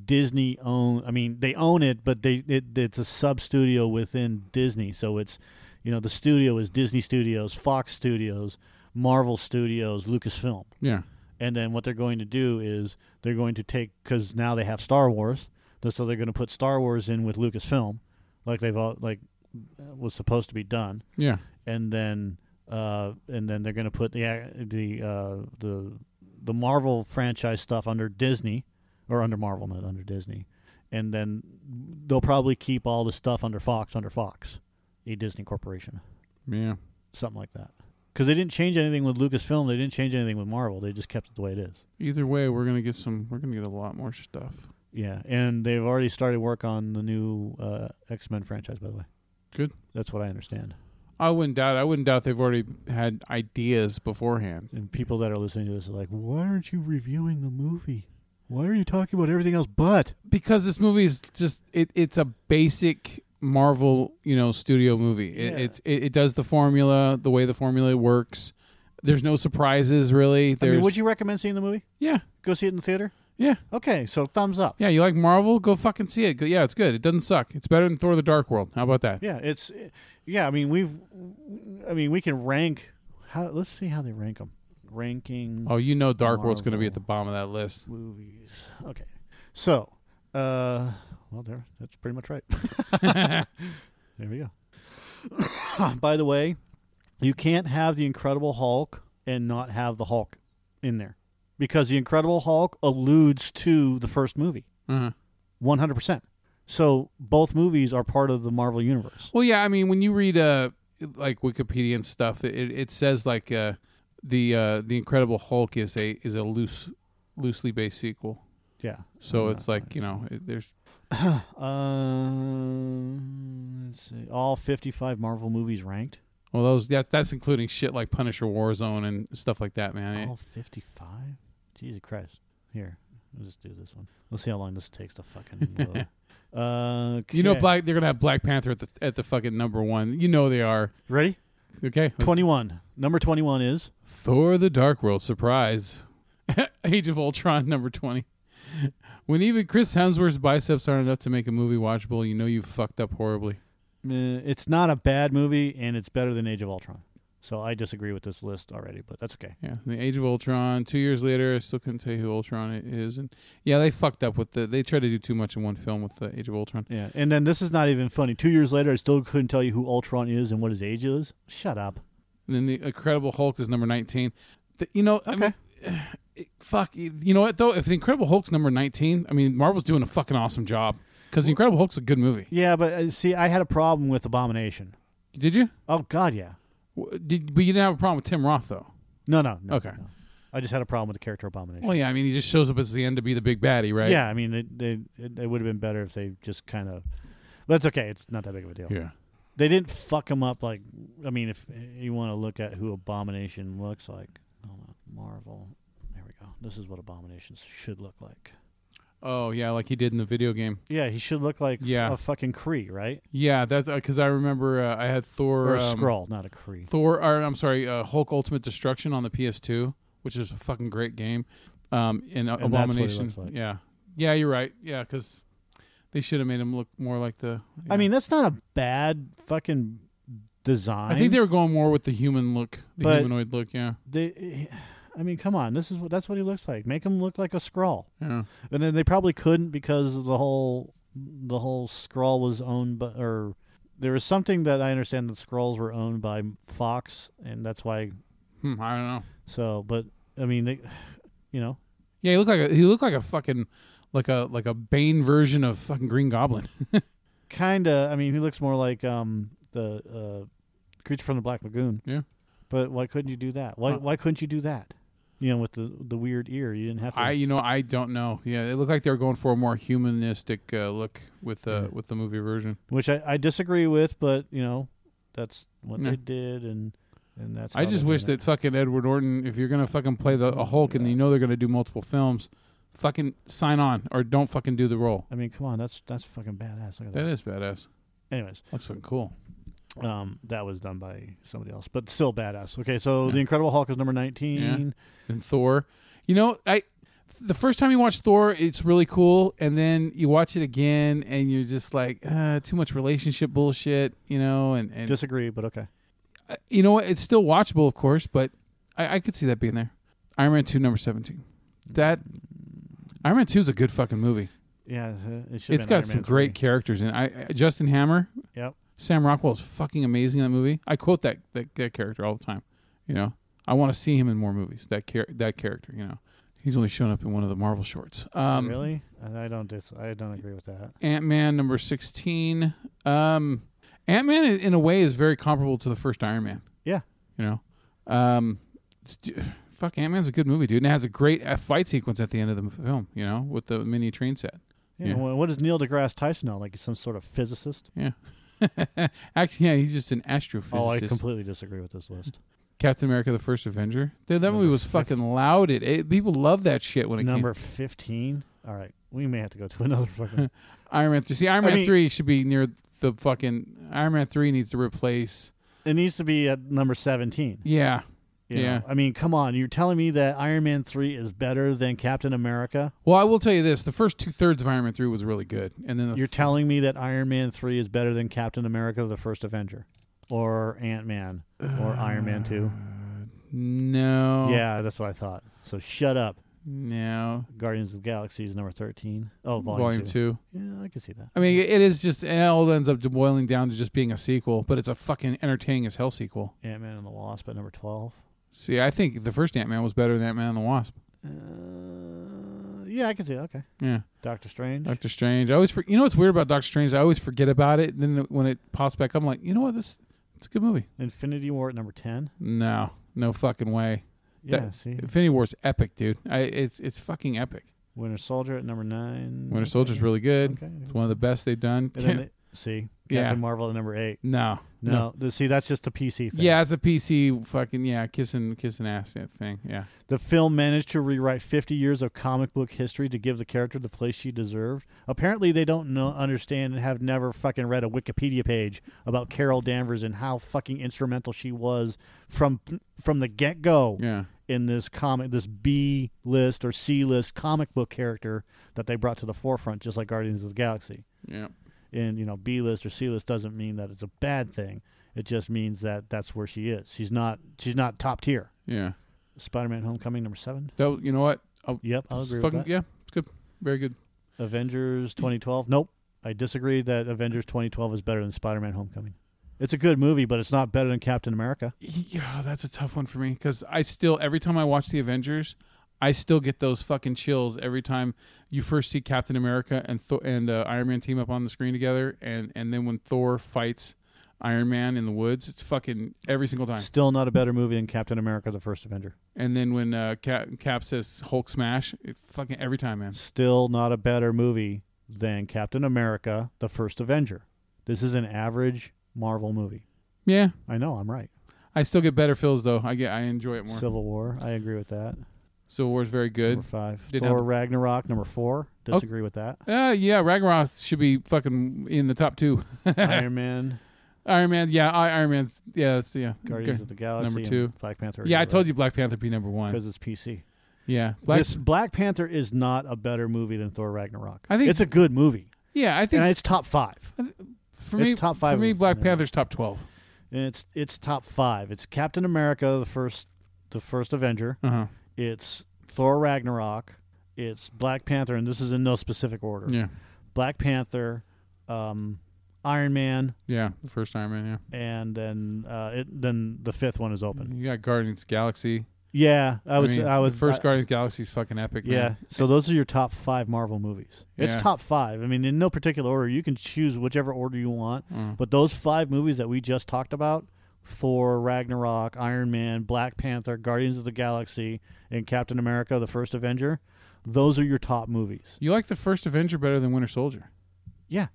S1: Disney own. I mean, they own it, but they it, it's a sub studio within Disney. So it's you know the studio is Disney Studios, Fox Studios, Marvel Studios, Lucasfilm,
S2: Yeah.
S1: and then what they're going to do is they're going to take because now they have Star Wars, th- so they're going to put Star Wars in with Lucasfilm, like they've all like uh, was supposed to be done
S2: Yeah.
S1: and then uh, and then they're going to put the ac- the uh, the the Marvel franchise stuff under Disney or under Marvel, not under Disney, and then they'll probably keep all the stuff under Fox under Fox, a Disney corporation,
S2: Yeah.
S1: something like that. Because they didn't change anything with Lucasfilm, they didn't change anything with Marvel. They just kept it the way it is.
S2: Either way, we're gonna get some. We're gonna get a lot more stuff.
S1: Yeah, and they've already started work on the new uh, X Men franchise, by the way.
S2: Good.
S1: That's what I understand.
S2: I wouldn't doubt. I wouldn't doubt they've already had ideas beforehand.
S1: And people that are listening to this are like, "Why aren't you reviewing the movie?" Why are you talking about everything else but?
S2: because this movie is just it, it's a basic Marvel, you know, studio movie. It,
S1: Yeah.
S2: It's it, it does the formula the way the formula works. There's no surprises really.
S1: I
S2: There's
S1: mean, would you recommend seeing the movie?
S2: yeah
S1: Go see it in the theater?
S2: yeah
S1: Okay, so thumbs up.
S2: yeah. You like Marvel? Go fucking see it. Go- Yeah, it's good. It doesn't suck. It's better than Thor: The Dark World. How about that?
S1: Yeah, it's yeah. I mean, we've I mean, we can rank. How, let's see how they rank them. Ranking
S2: Oh, you know, Dark World's going to be at
S1: Marvel.
S2: the bottom of that list.
S1: movies. Okay, so uh, well, there. That's pretty much right. there we go. By the way, you can't have the Incredible Hulk and not have the Hulk in there because the Incredible Hulk alludes to the first movie,
S2: Uh-huh.
S1: one hundred percent. So both movies are part of the Marvel universe.
S2: Well, yeah. I mean, when you read uh like Wikipedia and stuff, it, it says like uh the uh the Incredible Hulk is a is a loose loosely based sequel.
S1: Yeah.
S2: So
S1: Uh,
S2: it's like you know, it, there's
S1: Um, Uh, let's see. All 55 Marvel movies ranked.
S2: well, those that that's including shit like Punisher, Warzone, and stuff like that, man.
S1: All 55? Oh, Jesus Christ. Here, let's just do this one. Let's see how long this takes to fucking load. uh,
S2: You know,
S1: okay.
S2: Black they're gonna have Black Panther at the at the fucking number one. You know they are.
S1: Ready?
S2: Okay, let's-
S1: 21. Number 21 is
S2: Thor: The Dark World surprise, Age of Ultron number twenty. When even Chris Hemsworth's biceps aren't enough to make a movie watchable, you know you've fucked up horribly.
S1: uh, it's not a bad movie and it's better than Age of Ultron. So I disagree with this list already, but that's okay.
S2: Yeah, the Age of Ultron. Two years later, I still couldn't tell you who Ultron is, and yeah, they fucked up with the. They tried to do too much in one film with the Age of Ultron.
S1: Yeah, and then this is not even funny. Two years later, I still couldn't tell you who Ultron is and what his age is. Shut up.
S2: And then the Incredible Hulk is number 19. The- you know, I
S1: Okay.
S2: mean, it- fuck. You you know what, though? If the Incredible Hulk's number 19, I mean, Marvel's doing a fucking awesome job because the Incredible Hulk's a good movie.
S1: Yeah, but uh, see, I had a problem with Abomination.
S2: Did you?
S1: Oh God, yeah.
S2: W- Did, but you didn't have a problem with Tim Roth, though.
S1: No, no, no.
S2: Okay.
S1: no. I just had a problem with the character abomination.
S2: Well, yeah, I mean, he just shows up at the end to be the big baddie, right?
S1: Yeah, I mean, they they it, it would have been better if they just kind of. But it's okay. It's not that big of a deal.
S2: Yeah.
S1: They didn't fuck him up like. I mean, if you want to look at who Abomination looks like, oh, Marvel. There we go. This is what Abominations should look like.
S2: Oh, yeah, like he did in the video game.
S1: Yeah, he should look like
S2: Yeah.
S1: a fucking Cree, right?
S2: Yeah, that's because I remember uh, I had Thor.
S1: Or, a
S2: um,
S1: Skrull, not a Cree.
S2: Thor, or I'm sorry, uh, Hulk Ultimate Destruction on the PS2, which is a fucking great game. Um, and, uh,
S1: And that's what he
S2: Abomination,
S1: looks like.
S2: yeah, yeah, you're right, yeah, because they should have made him look more like the. yeah.
S1: I mean, that's not a bad fucking design.
S2: I think they were going more with the human look, the
S1: But-
S2: humanoid look, yeah,
S1: they eh, I mean, come on. This is what that's what he looks like. Make him look like a scrawl.
S2: yeah.
S1: And then they probably couldn't because the whole the whole scrawl was owned by or there was something that I understand that scrolls were owned by Fox and that's why
S2: Hmm, I don't know.
S1: so but I mean they you know
S2: Yeah, he looked like a, he looked like a fucking like a like a Bane version of fucking Green Goblin.
S1: kind of I mean he looks more like um the uh creature from the black lagoon.
S2: Yeah.
S1: But why couldn't you do that? Why
S2: Huh.
S1: why couldn't you do that? You know with the the weird ear. You didn't have to
S2: I you know I don't know. Yeah, it looked like they were going for a more humanistic uh, look with uh,
S1: Yeah.
S2: with the movie version.
S1: which I, I disagree with, but you know, that's what
S2: Yeah.
S1: they did, and and that's.
S2: I
S1: how
S2: just
S1: they
S2: wish
S1: did
S2: that fucking Edward Norton, if you're gonna fucking play the a Hulk and you know they're gonna do multiple films, fucking sign on or don't fucking do the role.
S1: it. I mean, come on, that's that's fucking badass. Look at that.
S2: That is badass.
S1: Anyways,
S2: Looks fucking cool.
S1: um, that was done by somebody else, but still badass. Okay, so the Incredible Hulk is number nineteen.
S2: And Thor, you know, I the first time you watch Thor, it's really cool, and then you watch it again, and you're just like, uh, too much relationship bullshit, you know, and and
S1: Disagree, but okay.
S2: uh, you know what? It's still watchable, of course, but I, I could see that being there. Iron Man two, number seventeen. That Iron Man two is a good fucking movie.
S1: Yeah, it should.
S2: It's got some great characters, and I I- Justin Hammer,
S1: Yep.
S2: Sam Rockwell is fucking amazing in that movie. I quote that that, that character all the time. You know, I want to see him in more movies. That char- that character, you know, he's only shown up in one of the Marvel shorts. Um,
S1: really, And I don't dis- I don't agree with that.
S2: Ant Man number sixteen. Um, Ant Man in in a way is very comparable to the first Iron Man.
S1: Yeah.
S2: you know, um, d- fuck Ant Man's a good movie, dude, and it has a great uh, fight sequence at the end of the film. You know, with the mini train set.
S1: Yeah,
S2: Yeah.
S1: wha- What does Neil deGrasse Tyson know? Like he's some sort of physicist?
S2: Actually, yeah, he's just an astrophysicist.
S1: Oh, I completely disagree with this list.
S2: Captain America: The First Avenger. Dude, that
S1: Number
S2: movie was
S1: fif-
S2: fucking lauded. It, people love that shit when it
S1: Number 15. All right. We may have to go to another fucking.
S2: came. Iron Man. 3. See, Iron
S1: I
S2: Man
S1: mean-
S2: three should be near the fucking Iron Man three needs to replace.
S1: it needs to be at number 17.
S2: Yeah.
S1: you know?
S2: Yeah.
S1: I mean, come on. You're telling me that Iron Man 3 is better than Captain America?
S2: Well, I will tell you this: the first two thirds of Iron Man three was really good, and then the
S1: You're telling me that Iron Man 3 is better than Captain America the First Avenger or Ant Man or Iron Man 2?
S2: no,
S1: Yeah, that's what I thought. So shut up.
S2: no,
S1: Guardians of the Galaxy is number 13. Oh, volume,
S2: volume, two.
S1: Yeah, I can see that.
S2: I mean, it is just it all ends up boiling down to just being a sequel, but it's a fucking entertaining as hell sequel.
S1: Ant Man and the Wasp at number 12.
S2: See, I think the first Ant Man was better than Ant Man and the Wasp.
S1: Uh, yeah, I can see that. Okay.
S2: Yeah,
S1: Doctor Strange.
S2: Doctor Strange. I always, for, you know, what's weird about Doctor Strange? I always forget about it. Then when it pops back, up, I'm like, you know what? This it's a good movie.
S1: Infinity War at number 10.
S2: No, no fucking way.
S1: Yeah,
S2: That-
S1: see.
S2: Infinity War's epic, dude. I, it's it's fucking epic.
S1: Winter Soldier at number 9.
S2: Winter Soldier's really good.
S1: Okay.
S2: It's one of the best they've done.
S1: And then the- see, Captain
S2: Yeah.
S1: Marvel at number 8.
S2: no,
S1: No, th- see, that's just a PC thing.
S2: Yeah, it's a PC fucking yeah, kissing kissing ass thing. Yeah.
S1: The film managed to rewrite 50 years of comic book history to give the character the place she deserved. Apparently, they don't know, understand, and have never fucking read a Wikipedia page about Carol Danvers and how fucking instrumental she was from from the get go
S2: Yeah.
S1: in this comic, this B list or C list comic book character that they brought to the forefront, just like Guardians of the Galaxy.
S2: Yeah.
S1: And you know, B list or C list doesn't mean that it's a bad thing. It just means that that's where she is. She's not. She's not top tier.
S2: Yeah.
S1: Spider-Man: Homecoming, number seven.
S2: That you know what? I'll,
S1: Yep, I'll agree
S2: fucking
S1: with that.
S2: yeah. It's good. Very good.
S1: Avengers 2012. Nope. I disagree that Avengers 2012 is better than Spider-Man Homecoming. It's a good movie, but it's not better than Captain America.
S2: Yeah, that's a tough one for me cuz I still every time I watch the Avengers, I still get those fucking chills every time you first see Captain America and Thor and uh, Iron Man team up on the screen together and and then when Thor fights Iron Man in the woods, it's fucking every single time.
S1: Still not a better movie than Captain America: The First Avenger.
S2: And then when uh, Cap, Cap says Hulk smash, it fucking every time, man.
S1: Still not a better movie than Captain America: The First Avenger. This is an average Marvel movie.
S2: Yeah.
S1: I know I'm right.
S2: I still get better feels though. I get I enjoy it more.
S1: Civil War. I agree with that.
S2: Civil War's very
S1: Number
S2: good.
S1: five.
S2: Didn't
S1: Thor
S2: have-
S1: Ragnarok. Number four.
S2: Oh.
S1: Disagree with that.
S2: Uh yeah, Ragnarok should be fucking in the top two.
S1: Iron Man.
S2: Iron Man, yeah, I, Iron Man's yeah, that's yeah.
S1: Guardians
S2: Okay.
S1: of the Galaxy. and
S2: two.
S1: Black Panther.
S2: Yeah, I told you Black Panther be number one.
S1: because it's PC.
S2: Yeah. Black
S1: this Black Panther is not a better movie than Thor Ragnarok.
S2: I think-
S1: it's a good movie,
S2: Yeah, I think
S1: and it's top five.
S2: for
S1: it's
S2: me
S1: top five
S2: for me
S1: of-
S2: Black
S1: yeah.
S2: Panther's top twelve.
S1: And it's it's top five. It's Captain America, the first, the first Avenger.
S2: Uh huh.
S1: It's Thor Ragnarok. It's Black Panther, and this is in no specific order.
S2: Yeah.
S1: Black Panther, um, Iron Man,
S2: Yeah. The first Iron Man,
S1: and then uh, it, then the fifth one is
S2: yeah.
S1: open.
S2: You got Guardians Galaxy.
S1: Yeah, I was I,
S2: Mm-hmm. mean,
S1: was
S2: the first
S1: I-
S2: Guardians Galaxy's fucking epic, man.
S1: Yeah. So those are your top five Marvel movies. It's
S2: Yeah.
S1: top five. I mean, in no particular order. You can choose whichever order you want.
S2: Mhm.
S1: But those five movies that we just talked about Thor, Ragnarok, Iron Man, Black Panther, Guardians of the Galaxy, and Captain America, the first Avenger those are your top movies.
S2: You like the first Avenger better than Winter Soldier.
S1: Yeah.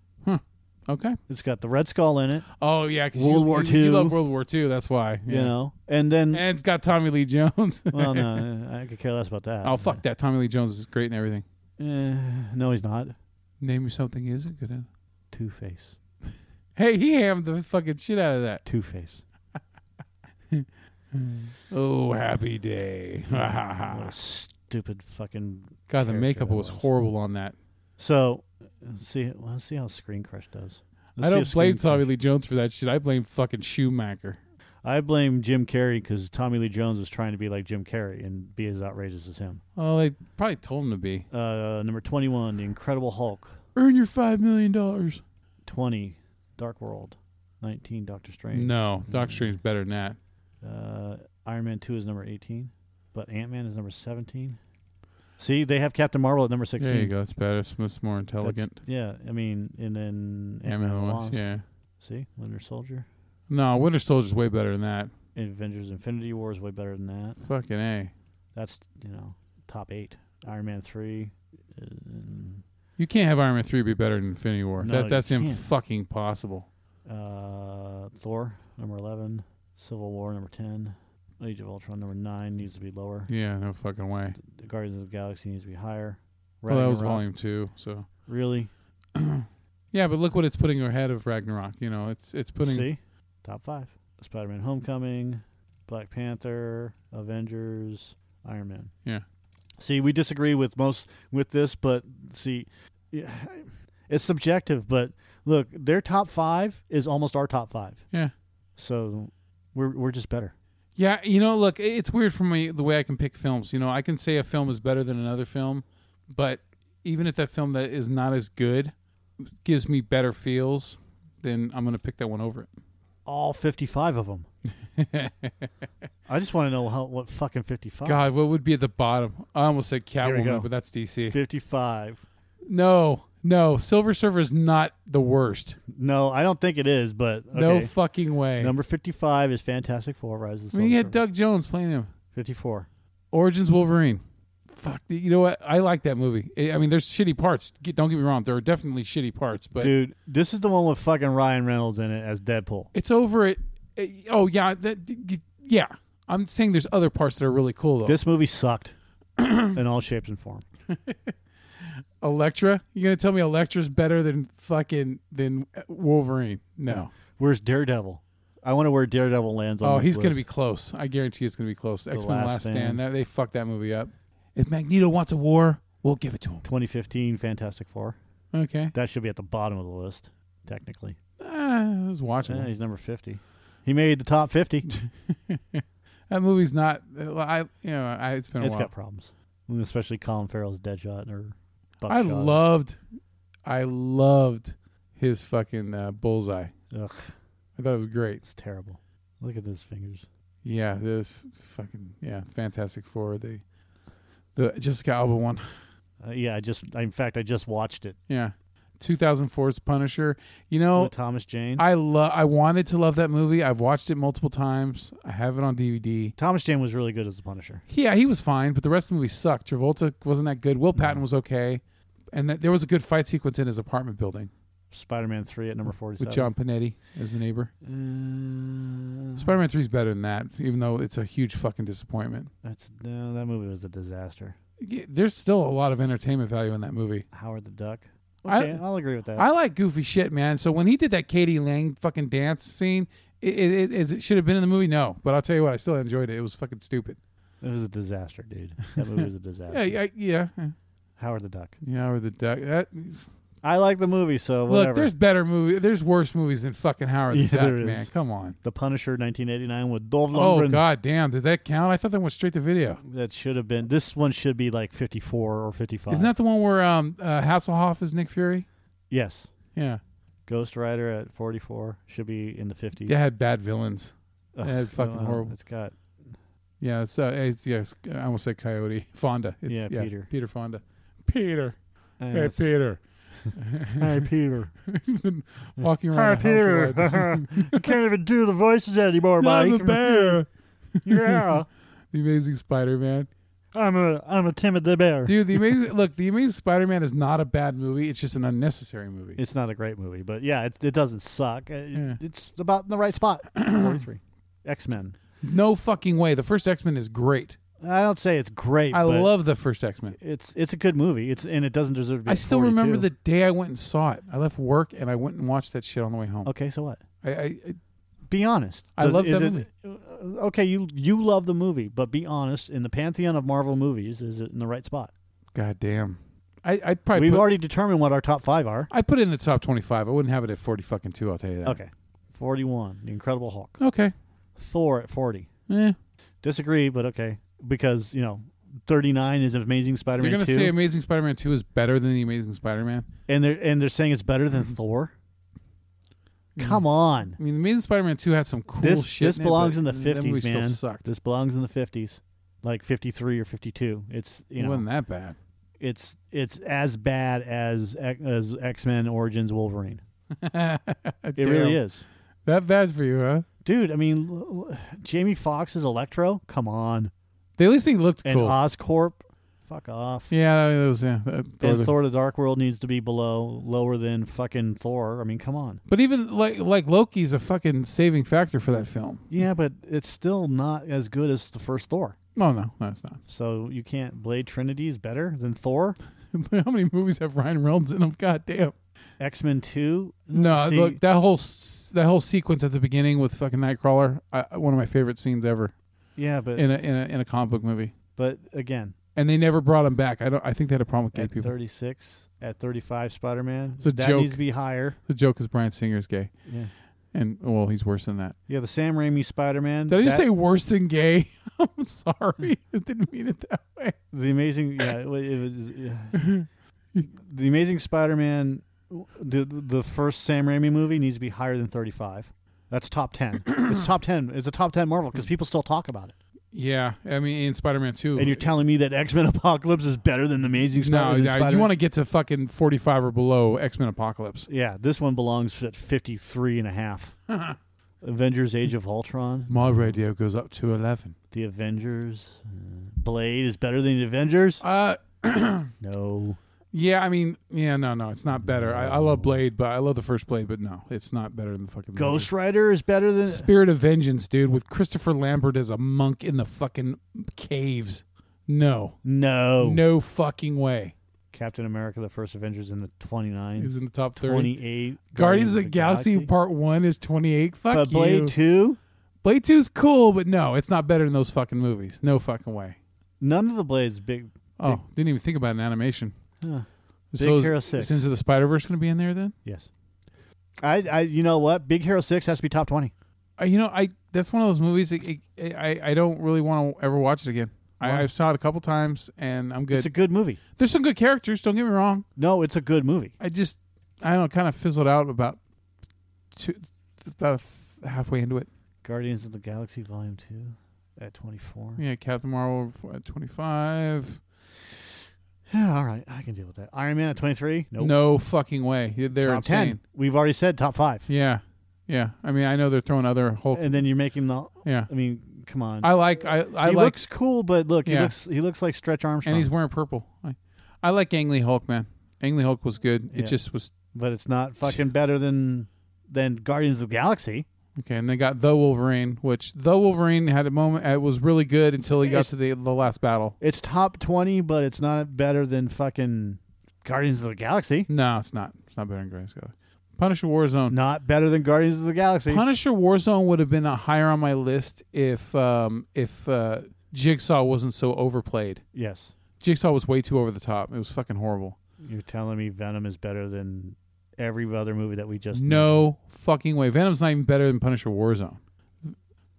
S2: Okay.
S1: It's got the Red Skull in it,
S2: Oh yeah, 'cause
S1: World
S2: you,
S1: War
S2: you, you
S1: Two.
S2: love World War Two. That's why.
S1: you
S2: Yeah.
S1: know? And then.
S2: and it's got Tommy Lee Jones.
S1: well, no, I could care less about that.
S2: oh fuck that! Tommy Lee Jones is great and everything.
S1: Eh, no, he's not.
S2: Name me something he isn't good at.
S1: Two Face.
S2: Hey, he hammed the fucking shit out of that.
S1: Two Face.
S2: Oh, happy day!
S1: What a
S2: God,
S1: stupid fucking
S2: the
S1: Character
S2: makeup
S1: that
S2: was
S1: was.
S2: horrible on that.
S1: So let's see, let's see how Screen Crush does. Let's
S2: I
S1: see
S2: don't
S1: if
S2: blame
S1: Screen
S2: Tommy
S1: Crush-
S2: Lee Jones for that shit. I blame fucking Schumacher.
S1: I blame Jim Carrey because Tommy Lee Jones is trying to be like Jim Carrey and be as outrageous as him.
S2: Oh, they probably told him to be.
S1: Uh, number twenty-one, The Incredible Hulk.
S2: Earn your five million dollars.
S1: Twenty, Dark World. Nineteen, Doctor Strange.
S2: No, Doctor Strange's better than that.
S1: Uh, Iron Man Two is number eighteen, but Ant Man is number seventeen. See, they have Captain Marvel at number sixteen.
S2: There you go. It's better. It's, it's more
S1: That's-
S2: intelligent.
S1: yeah, I mean, and then
S2: Yeah,
S1: Ant Man
S2: man,
S1: Wasp.
S2: yeah.
S1: See, Winter Soldier.
S2: No, Winter Soldier's way better than that.
S1: Avengers: Infinity War is way better than that.
S2: Fucking a.
S1: that's you know top eight. Iron Man three. um,
S2: You can't have Iron Man three be better than Infinity War.
S1: No,
S2: that
S1: you
S2: that's
S1: can't.
S2: fucking possible.
S1: Uh, Thor number eleven. Civil War number ten. Age of Ultron number nine needs to be lower.
S2: Yeah, no fucking way.
S1: The Guardians of the Galaxy needs to be higher.
S2: Well, that was
S1: Ragnarok,
S2: volume two, so
S1: Really?
S2: yeah. But look what it's putting ahead of Ragnarok. You know, it's it's putting
S1: See? Top five. Spider Man Homecoming, Black Panther, Avengers, Iron Man.
S2: Yeah.
S1: See, we disagree with most with this, but see, yeah, it's subjective. But look, their top five is almost our top five.
S2: yeah.
S1: So we're we're just better.
S2: Yeah, you know, look, i- it's weird for me the way I can pick films. You know, I can say a film is better than another film, but even if that film that is not as good gives me better feels, then I'm going to pick that one over
S1: All fifty-five of them.
S2: it.
S1: I just want to know how what fucking fifty-five.
S2: God, what would be at the bottom? I almost said
S1: we go.
S2: Catwoman, but that's DC.
S1: Fifty-five.
S2: No, no, Silver Surfer is not the worst.
S1: No, I don't think it is, but
S2: No
S1: okay.
S2: fucking way.
S1: Number fifty-five is Fantastic Four: Rise of the
S2: I
S1: Silver
S2: mean, you had
S1: Surfer.
S2: Doug Jones playing him.
S1: Fifty-four.
S2: Origins Wolverine. Fuck, you know what? I like that movie. I I mean, there's shitty parts. Get- Don't get me wrong. There are definitely shitty parts, but
S1: Dude, this is the one with fucking Ryan Reynolds in it as Deadpool.
S2: It's over at. eh, Oh yeah, that, d- d- yeah. I'm saying there's other parts that are really cool though.
S1: This movie sucked in all shapes and form.
S2: Electra, you gonna tell me Electra's better than fucking than eh, Wolverine? No.
S1: Where's Daredevil? I wonder where Daredevil lands on
S2: Oh,
S1: this
S2: he's gonna
S1: list.
S2: be close. I guarantee it's gonna be close. X Men:
S1: Last
S2: Last Stand.
S1: Stand.
S2: That, they fucked that movie up. If Magneto wants a war, we'll give it to him.
S1: 2015 Fantastic Four.
S2: Okay.
S1: That should be at the bottom of the list, technically.
S2: Ah, it was watchable.
S1: Yeah, he's number 50. He made the top 50. It's
S2: That movie's not. eh, I you know I, it's been a while.
S1: got problems, especially Colin Farrell's Deadshot or Buckshot.
S2: I loved, I loved his fucking uh, bullseye.
S1: Ugh.
S2: I thought it was great.
S1: It's terrible. Look at his fingers.
S2: Yeah, this fucking yeah, Fantastic Four. The the Jessica Alba one.
S1: Uh, yeah, I just. I, in fact, I just watched it.
S2: Yeah, 2004's Punisher. You know,
S1: With Thomas Jane.
S2: I love. I wanted to love that movie. I've watched it multiple times. I have it on DVD.
S1: Thomas Jane was really good as the Punisher.
S2: Yeah, he was fine, but the rest of the movie sucked. Travolta wasn't that good. Will Patton
S1: No.
S2: was okay, and that, there was a good fight sequence in his apartment building
S1: Spider-Man 3 at number 47.
S2: with John Panetti as the neighbor.
S1: Uh,
S2: Spider-Man Three is better than that, even though it's a huge fucking disappointment.
S1: That's no, that movie was a disaster.
S2: Yeah, There's still a lot of entertainment value in that movie.
S1: Howard the Duck.
S2: I-
S1: Okay, I, will agree with that.
S2: I like goofy shit, man. So when he did that Katie Lang fucking dance scene, it, it, it, is it should have been in the movie. No, but I'll tell you what, I still enjoyed it. It was fucking stupid.
S1: it was a disaster, dude. That movie was a
S2: Yeah,
S1: disaster.
S2: yeah, yeah,
S1: Howard the Duck.
S2: yeah. Or the duck. That,
S1: I like the movie, so whatever.
S2: look, there's better movie. There's worse movies than fucking Howard the
S1: Yeah,
S2: Duck,
S1: there is.
S2: man. Come on.
S1: the Punisher, 1989, with Dolph
S2: Oh
S1: Lundgren.
S2: god damn, did that count? I thought that went straight to video.
S1: That should have been. This one should be like 54 or 55.
S2: Isn't that the one where um uh, Hasselhoff is Nick Fury?
S1: Yes.
S2: Yeah,
S1: Ghost Rider at 44 should be in the 50s.
S2: they had bad villains.
S1: Ugh,
S2: yeah, fucking horrible.
S1: It's got
S2: Yeah, it's uh, it's yes. I almost said Coyote Fonda. It's,
S1: Yeah, Peter.
S2: Peter Fonda. Peter. Hey,
S1: yes. uh,
S2: Peter.
S1: Hey Peter.
S2: been walking
S1: Hi
S2: around. the house a
S1: Peter.
S2: lot.
S1: I can't even do the voices anymore,
S2: I'm
S1: Mike.
S2: a bear.
S1: Yeah.
S2: The Amazing Spider-Man,
S1: I'm a I'm a timid bear.
S2: dude. The Amazing look. The Amazing Spider-Man is not a bad movie. It's just an unnecessary movie.
S1: It's not a great movie, but yeah, it, it doesn't suck. Uh, it-
S2: Yeah.
S1: It's about in the right spot. Forty-three. X Men.
S2: no fucking way. The first X-Men is great.
S1: I don't say it's great.
S2: I
S1: but
S2: love the first X-Men.
S1: It's it's a good movie. It's and it doesn't deserve to be.
S2: I
S1: at
S2: still remember
S1: 42.
S2: the day I went and saw it. I left work and I went and watched that shit on the way home.
S1: Okay, so what?
S2: I, I, I
S1: Be honest.
S2: I love
S1: is
S2: that
S1: it- uh, Okay, you you love the movie, but be honest. In the pantheon of Marvel movies, is it in the right spot?
S2: God damn. I I probably
S1: We've
S2: put,
S1: already determined what our top five are.
S2: I put it in the top twenty-five. I wouldn't have it at forty fucking two. I'll tell you that.
S1: Okay, forty-one. The Incredible Hulk.
S2: Okay.
S1: Thor at forty.
S2: Eh.
S1: Disagree, but okay, because you know. 39 is Amazing
S2: You're
S1: Spider-Man
S2: gonna
S1: 2.
S2: say Amazing Spider-Man Two is better than the Amazing Spider-Man?
S1: and they're and they're saying it's better than Thor.
S2: Mm.
S1: Come on,
S2: I mean, the Amazing Spider-Man Two had some cool
S1: This-
S2: shit.
S1: this
S2: in it,
S1: belongs
S2: but
S1: in the
S2: that
S1: 50s,
S2: movie still
S1: man.
S2: sucked.
S1: this belongs in the fifties, like fifty three or fifty two. It's you
S2: it
S1: know,
S2: wasn't that bad.
S1: it's it's as bad as as X Men Origins Wolverine. It really is,
S2: that bad for you, huh?
S1: dude. I mean, l- l- Jamie Foxx's Electro. Come on,
S2: They at least he looked
S1: and
S2: cool.
S1: Oscorp. Fuck off.
S2: Yeah, that was yeah. that-
S1: And
S2: Thor-
S1: Thor: The Dark World needs to be below, lower than fucking Thor. I mean, come on.
S2: But even like like Loki's a fucking saving factor for that film.
S1: Yeah, but it's still not as good as the first Thor.
S2: No, Oh, no, no, it's not.
S1: So you can't. Blade Trinity is better than Thor.
S2: How many movies have Ryan Reynolds in them? God damn.
S1: X Men Two.
S2: No,
S1: Mm, See,
S2: look that whole s- that whole sequence at the beginning with fucking Nightcrawler, I, one of my favorite scenes ever
S1: Yeah, but
S2: in a in a in a comic book movie.
S1: but again,
S2: And they never brought him back. I don't. I think they had a problem with gay
S1: at
S2: people.
S1: 36, at 35, Spider Man.
S2: It's a
S1: that
S2: joke.
S1: needs to be higher.
S2: The joke is Brian Singer's gay,
S1: Yeah,
S2: and well, he's worse than that.
S1: yeah the Sam Raimi Spider Man.
S2: Did I just say worse than gay? I'm sorry. I didn't mean it that way.
S1: the amazing? Yeah, it wa- it was. yeah. the Amazing Spider Man. The the first Sam Raimi movie needs to be higher than 35. That's top 10. it's top 10. It's a top 10 Marvel because people still talk about it.
S2: Yeah, I mean in Spider-Man Two.
S1: And you're telling me that X Men Apocalypse is better than Amazing Spider-
S2: no,
S1: than
S2: no,
S1: Spider-Man?
S2: you want to get to fucking 45 or below X-Men Apocalypse.
S1: Yeah, this one belongs at 53 and a half. Avengers Age of Ultron,
S2: My radio goes up to 11.
S1: The Avengers, uh, Blade is better than The Avengers?
S2: Uh,
S1: No.
S2: yeah, I mean, yeah, no, no, it's not better. I, I love Blade, but I love the first Blade, but no, it's not better than the fucking
S1: Ghost Rider is better than
S2: Spirit of Vengeance, dude, with Christopher Lambert as a monk in the fucking caves. No,
S1: No.
S2: no fucking way.
S1: Captain America the First Avengers in the 29,
S2: He's in the top 30.
S1: 28.
S2: Guardians of the Galaxy, Part One is 28. Fuck
S1: But Blade
S2: you.
S1: 2,
S2: Blade Two's cool, but no, it's not better than those fucking movies. No fucking way.
S1: none of the Blades big
S2: Oh, didn't even think about an animation.
S1: Huh.
S2: So
S1: Big
S2: is-
S1: Hero
S2: is
S1: 6.
S2: Into the Spider Verse going to be in there then?
S1: Yes. I I you know what? Big Hero 6 has to be top 20.
S2: Uh, you know, I that's one of those movies. That, it, it- I I don't really want to ever watch it again.
S1: Why?
S2: I, I saw it a couple times and I'm good.
S1: It's a good movie.
S2: There's some good characters. Don't get me wrong.
S1: No, it's a good movie.
S2: I just I don't know, kind of fizzled out about two, about halfway into it.
S1: Guardians of the Galaxy Volume 2 at 24.
S2: Yeah, Captain Marvel at 25.
S1: Yeah, all right, I can deal with that. Iron Man at 23? Nope.
S2: No fucking way. They're
S1: top
S2: insane.
S1: 10. We've already said top 5.
S2: Yeah, yeah. I mean, I know they're throwing other Hulk.
S1: And then you're making the
S2: yeah,
S1: I mean, come on.
S2: Oh. I like. I I
S1: he
S2: like.
S1: looks cool, but look, he
S2: Yeah.
S1: looks he looks like Stretch Armstrong.
S2: and he's wearing purple. I, I like Ang Lee Hulk, man. Ang Lee Hulk was good.
S1: Yeah.
S2: It just was
S1: but it's not fucking better than than Guardians of the Galaxy.
S2: okay. And they got the Wolverine, which the Wolverine had a moment. It was really good until he got
S1: It's-
S2: to the the last battle.
S1: It's top 20, but it's not better than fucking Guardians of the Galaxy.
S2: No, it's not. It's not better than Grace Galaxy. Punisher Warzone.
S1: Not better than Guardians of the Galaxy.
S2: Punisher Warzone would have been a higher on my list if um if uh, Jigsaw wasn't so overplayed.
S1: yes.
S2: Jigsaw was way too over the top. It was fucking horrible.
S1: You're telling me Venom is better than every other movie that we just
S2: No fucking way. Venom's not even better than Punisher Warzone.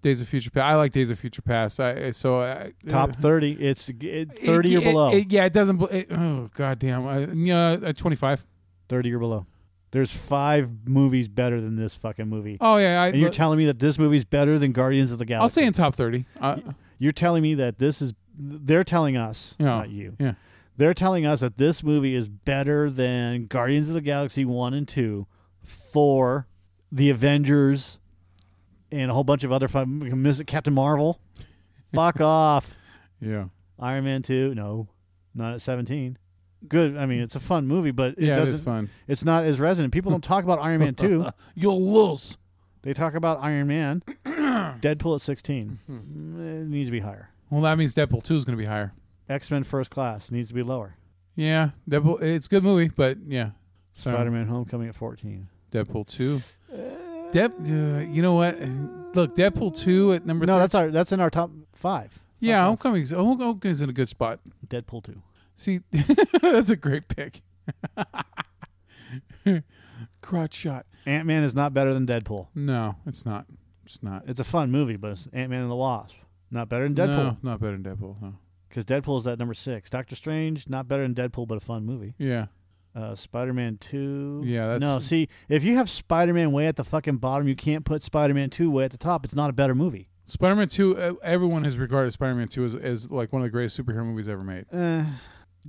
S2: Days of Future Past. I like Days of Future Past. I so I,
S1: top 30 it's it, 30 or
S2: Uh, It- it-
S1: below
S2: it- yeah, it doesn't. bl- It, oh goddamn. I, yeah, uh, twenty five.
S1: 30 or below there's five movies better than this fucking movie
S2: Oh yeah. I,
S1: and you're telling me that this movie's better than guardians of the galaxy
S2: I'll say in top thirty. Uh,
S1: you're telling me that this is they're telling us
S2: Yeah.
S1: not you
S2: yeah.
S1: they're telling us that this movie is better than guardians of the galaxy 1 and 2 thor the avengers and a whole bunch of other fun Miss- captain marvel fuck off
S2: Yeah.
S1: iron man 2 no not at 17 good i mean it's a fun movie but it
S2: yeah, it
S1: doesn't
S2: is fun.
S1: It's not as resonant. People don't talk about Iron Man 2.
S2: You'll lose.
S1: They talk about Iron Man. Deadpool at 16. Mm, It needs to be higher.
S2: Well, that means Deadpool two is going to be higher.
S1: X Men First Class needs to be lower.
S2: Yeah, Deadpool. It's a good movie, but yeah, Sorry.
S1: Spider Man Homecoming at 14.
S2: Deadpool two. Dep, uh, you know what? Look, Deadpool two at number.
S1: No,
S2: thir-
S1: that's our that's in our top five.
S2: yeah.
S1: Uh-huh.
S2: Homecoming's Home- Homecoming's in a good spot.
S1: Deadpool 2.
S2: See, that's a great pick. Crotch shot.
S1: Ant Man is not better than Deadpool.
S2: No, it's not. It's not.
S1: It's a fun movie, but it's Ant Man and the Wasp. Not better than
S2: No,
S1: Deadpool.
S2: not better than Deadpool. No.
S1: Because Deadpool is at number six. Doctor Strange, not better than Deadpool, but a fun movie.
S2: Yeah.
S1: Uh, Spider Man 2.
S2: Yeah, that's-
S1: No, see, if you have Spider Man way at the fucking bottom, you can't put Spider Man 2 way at the top. It's not a better movie.
S2: Spider-Man Two. Uh, everyone has regarded Spider-Man Two as, as like one of the greatest superhero movies ever made.
S1: Uh,
S2: Eh.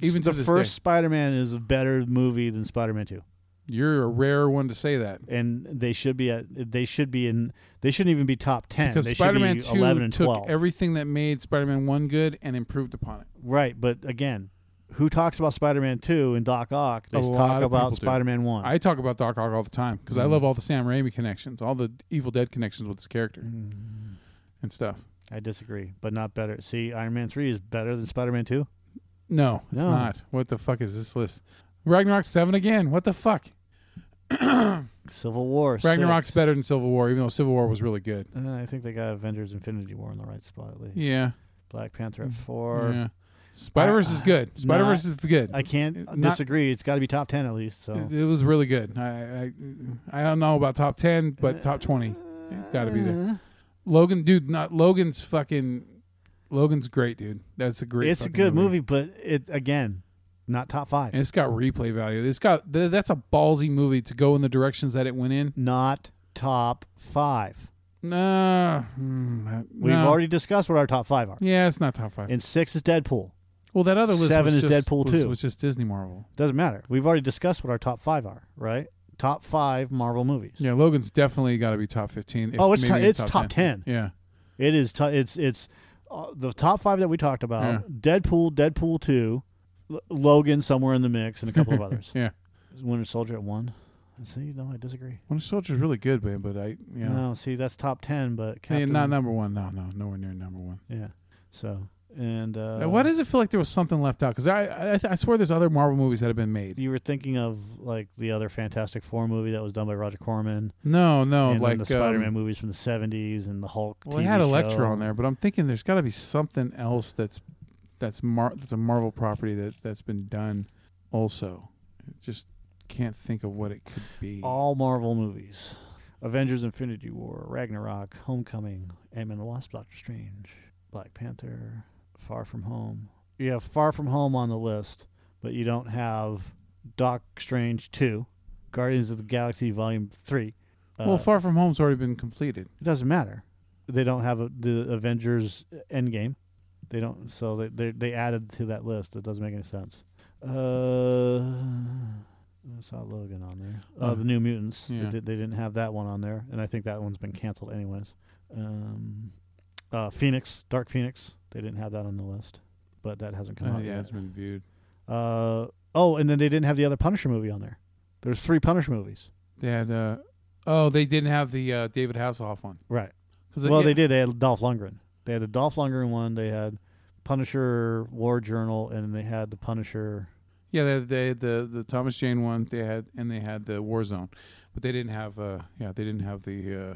S2: Even
S1: the
S2: to this
S1: first
S2: day.
S1: Spider-Man is a better movie than Spider-Man Two.
S2: You're a rare one to say that.
S1: and they should be at they should be in they shouldn't even be top ten.
S2: Because
S1: they
S2: Spider Man
S1: should be eleven
S2: 2
S1: and
S2: took
S1: twelve.
S2: everything that made Spider Man 1 good and improved upon it.
S1: right, but again, who talks about Spider Man two and Doc Ock? They
S2: A lot
S1: talk
S2: of
S1: about
S2: people do.
S1: Spider Man one.
S2: I talk about Doc Ock all the time because I
S1: Mm-hmm.
S2: love all the Sam Raimi connections, all the Evil Dead connections with this character
S1: Mm.
S2: and stuff.
S1: Mm-hmm. I disagree, but not better. See, Iron Man three is better than Spider Man two.
S2: No, it's
S1: No.
S2: not. What the fuck is this list? Ragnarok 7 again. What the fuck?
S1: Civil War.
S2: Ragnarok's
S1: six.
S2: better than Civil War, even though Civil War was really good.
S1: Uh, I think they got Avengers Infinity War in the right spot at least.
S2: Yeah. Mm-hmm.
S1: Black Panther at four.
S2: yeah. Spider Verse is good. Spider Verse is good.
S1: I can't
S2: Not-
S1: disagree. It's got to be top ten at least. So
S2: It, it was really good. I, I I don't know about top ten,
S1: Uh,
S2: but top twenty, It's got to be there. Logan, dude, not Logan's fucking. Logan's great, dude. That's a great.
S1: it's a
S2: fucking
S1: good movie, but it again, not top five.
S2: And it's got replay value. It's got th- that's a ballsy movie to go in the directions that it went in.
S1: not top five.
S2: Nah, mm, that-
S1: We've
S2: no.
S1: already discussed what our top five are.
S2: Yeah, it's not top five.
S1: And six is Deadpool.
S2: well, that other list
S1: seven
S2: was
S1: is
S2: just,
S1: Deadpool
S2: was,
S1: 2.
S2: was just Disney Marvel.
S1: Doesn't matter. We've already discussed what our top five are, right? Top five Marvel movies.
S2: Yeah, Logan's definitely got to be top fifteen. if
S1: Oh, it's
S2: maybe
S1: to-
S2: in
S1: it's top 10.
S2: Yeah,
S1: It is. T- it's it's uh, the top five that we talked about: Deadpool, Deadpool two, L- Logan somewhere in the mix, and a couple of others.
S2: yeah.
S1: Is Winter Soldier at one. See, no, I disagree.
S2: Winter Soldier's really good, man. But I, yeah,
S1: No, see, that's top ten, but
S2: Hey,
S1: Captain,
S2: not number one. No, no, nowhere near number one.
S1: yeah. So and uh,
S2: Uh, Why does it feel like there was something left out? Because I, I, I swear there's other Marvel movies that have been made.
S1: you were thinking of like the other Fantastic Four movie that was done by Roger Corman,
S2: No, no,
S1: and then
S2: like
S1: the Spider-Man
S2: Um,
S1: movies from the '70s and the Hulk.
S2: well,
S1: TV
S2: it had Electra
S1: show.
S2: on there, but I'm thinking there's got to be something else that's that's mar- that's a Marvel property that that's been done. Also, I just can't think of what it could be.
S1: All Marvel movies: Avengers: Infinity War, Ragnarok, Homecoming, Ant-Man and the Wasp, Doctor Strange, Black Panther, Far From Home. You have Far From Home on the list, but you don't have Doc Strange Two, Guardians of the Galaxy Volume Three. Uh,
S2: well, Far From Home's already been completed.
S1: it doesn't matter. They don't have a, the Avengers Endgame. They don't. So they, they they added to that list. It doesn't make any sense. Uh, I saw Logan on there. Uh,
S2: Yeah.
S1: the New Mutants. They,
S2: Oh. Yeah.
S1: did, they didn't have that one on there, and I think that one's been canceled anyways. Um, uh, Phoenix, Dark Phoenix. They didn't have that on the list, but that hasn't come
S2: Uh,
S1: out
S2: yeah,
S1: yet.
S2: it's been viewed.
S1: Uh, oh, and then they didn't have the other Punisher movie on there. There's three Punisher movies.
S2: They had. Uh, oh, they didn't have the uh, David Hasselhoff one.
S1: Right.
S2: 'Cause, uh,
S1: Well,
S2: yeah,
S1: they did. They had Dolph Lundgren. They had the Dolph Lundgren one. They had Punisher War Journal, and they had the Punisher.
S2: Yeah, they, they had the the Thomas Jane one. They had and they had the Warzone, but they didn't have uh yeah they didn't have the uh,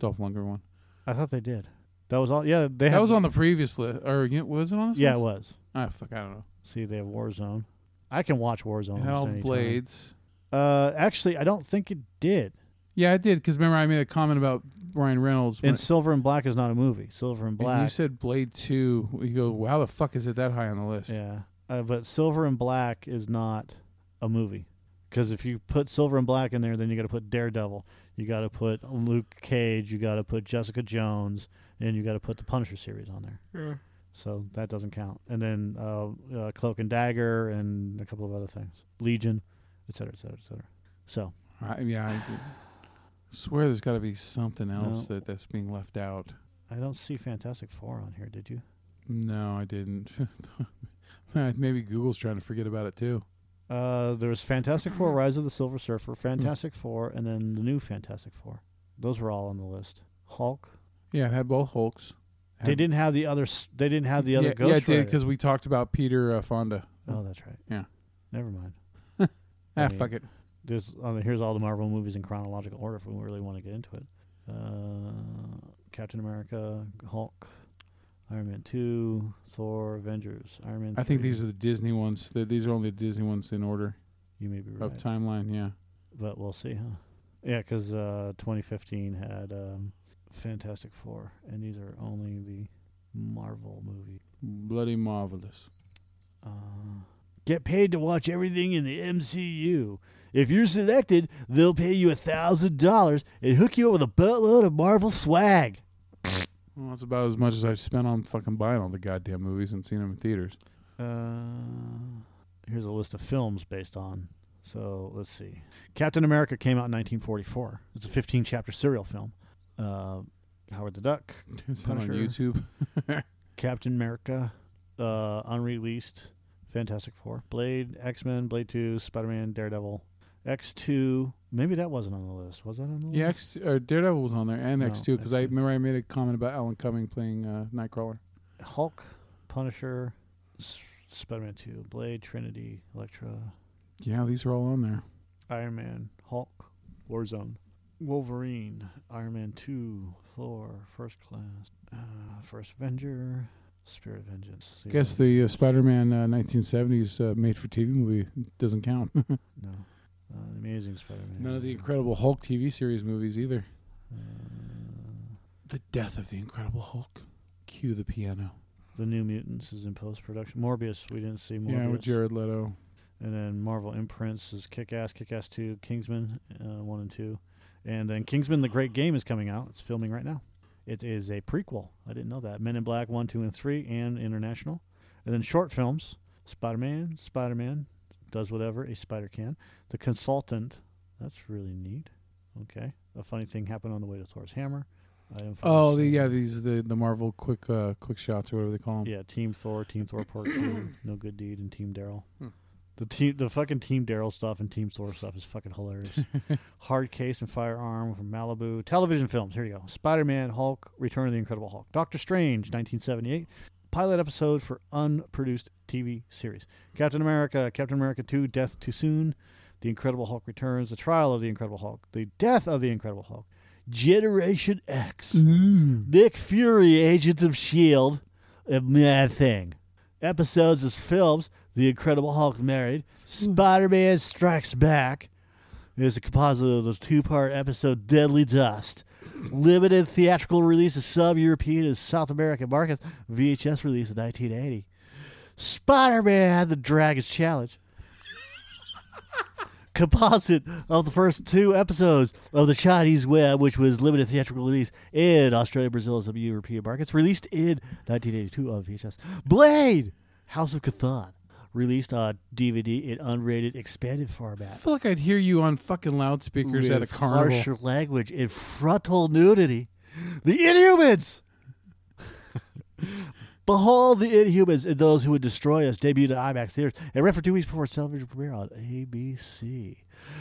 S2: Dolph Lundgren one.
S1: I thought they did. That was all. Yeah, they
S2: That
S1: had,
S2: was on the previous list, or you know, was it on this?
S1: Yeah, it
S2: list?
S1: was.
S2: Ah, fuck, I don't know.
S1: See, they have Warzone. I can watch Warzone.
S2: It had
S1: almost
S2: all the
S1: anytime.
S2: blades.
S1: Uh, actually, I don't think it did.
S2: Yeah, I did because remember I made a comment about Ryan Reynolds. when-
S1: And Silver and Black is not a movie. Silver and
S2: and
S1: Black.
S2: you said Blade Two. You go, well, how the fuck is it that high on the list?
S1: yeah, uh, but Silver and Black is not a movie. Because if you put Silver and Black in there, then you got to put Daredevil. You got to put Luke Cage. You got to put Jessica Jones, and you got to put the Punisher series on there. So that doesn't count. And then uh, uh, Cloak and Dagger and a couple of other things, Legion, et cetera, et cetera, et cetera. So
S2: I, yeah, I swear there's got to be something else
S1: No.
S2: that that's being left out.
S1: I don't see Fantastic Four on here. Did you?
S2: No, I didn't. Maybe Google's trying to forget about it too.
S1: Uh, there was Fantastic Four: Rise of the Silver Surfer, Fantastic Four, and then the new Fantastic Four. Those were all on the list. Hulk.
S2: Yeah, it had both Hulks. It
S1: They
S2: had-
S1: didn't have the other. s- They didn't have the other
S2: yeah,
S1: Ghost
S2: yeah, it did
S1: Rider.
S2: because we talked about Peter uh, Fonda.
S1: Oh, that's right.
S2: Yeah.
S1: Never mind.
S2: Ah,
S1: I mean-
S2: fuck it.
S1: There's on the, here's all the Marvel movies in chronological order if we really want to get into it. Uh, Captain America, Hulk, Iron Man two, Thor, Avengers, Iron Man.
S2: I think
S1: 3.
S2: these are the Disney ones. Th- These are only the Disney ones in order
S1: You may be right,
S2: of timeline. Yeah,
S1: but we'll see, huh? Yeah, because uh, 2015 had um, Fantastic Four, and these are only the Marvel movies.
S2: bloody marvelous.
S1: Uh, get paid to watch everything in the MCU. If you're selected, they'll pay you a thousand dollars and hook you up with a buttload of Marvel swag.
S2: Well, that's about as much as I spent on fucking buying all the goddamn movies and seeing them in theaters.
S1: Uh, here's a list of films based on So let's see. Captain America came out in 1944. It's a 15 chapter serial film. Uh, Howard the Duck,
S2: It's on
S1: Punisher.
S2: YouTube.
S1: Captain America, uh, unreleased, Fantastic Four, Blade, X Men, Blade 2, Spider Man, Daredevil, X2. Maybe that wasn't on the list. Was that on the
S2: Yeah,
S1: list?
S2: X or Daredevil was on there and
S1: No,
S2: X2 because I
S1: X2.
S2: remember I made a comment about Alan Cumming playing uh, Nightcrawler.
S1: Hulk, Punisher, S- Spider Man 2, Blade, Trinity, Elektra,
S2: Yeah, these are all on there.
S1: Iron Man, Hulk, Warzone, Wolverine, Iron Man 2, Thor, First Class, uh, First Avenger, Spirit of Vengeance. Zero.
S2: Guess the uh, Spider-Man uh, 1970s uh, made-for-TV movie doesn't count.
S1: No. Uh, the Amazing Uh, Spider Man.
S2: None of the Incredible Hulk TV series movies either.
S1: Uh,
S2: The death of the Incredible Hulk. Cue the piano.
S1: the New Mutants is in post production. Morbius, we didn't see Morbius.
S2: Yeah, with Jared Leto.
S1: And then Marvel Imprints is Kick Ass, Kick Ass 2, Kingsman uh, 1 and 2. And then Kingsman The Great Game is coming out. It's filming right now. It is a prequel. I didn't know that. Men in Black 1, 2, and 3, and International. And then short films Spider Man, Spider Man Does Whatever a Spider Can. The Consultant. That's really neat. Okay. A funny thing happened on the way to Thor's Hammer. Item for
S2: Oh, the,
S1: this-
S2: yeah, these the the Marvel quick uh, quick shots or whatever they call them.
S1: Yeah, Team Thor, Team Thor Part Two, No Good Deed, and Team Daryl.
S2: Hmm.
S1: The team, the fucking Team Daryl stuff and Team Thor stuff is fucking hilarious. Hard Case and Firearm from Malibu. Television films. Here you go. Spider Man, Hulk, Return of the Incredible Hulk, Doctor Strange, 1978. Pilot episode for unproduced TV series. Captain America, Captain America 2, Death Too Soon, The Incredible Hulk Returns, The Trial of the Incredible Hulk, The Death of the Incredible Hulk, Generation X. Nick Fury, Agents of S.H.I.E.L.D., a mad thing. Episodes as films The Incredible Hulk Married, Spider Man Strikes Back. There's a composite of the two part episode Deadly Dust. Limited theatrical release of sub European and South American markets, VHS release in 1980. Spider Man The Dragon's Challenge. Composite of the first two episodes of The Chinese Web, which was limited theatrical release in Australia, Brazil, and some European markets, released in 1982 on VHS. Blade! House of Cthulhu, released on DVD in unrated expanded
S2: I
S1: format.
S2: feel like I'd hear you on fucking loudspeakers at a
S1: with
S2: carnival.
S1: harsher language and frontal nudity. The Inhumans. Behold the Inhumans and those who would destroy us debuted at IMAX theaters and ran for two weeks before its television premiere on ABC.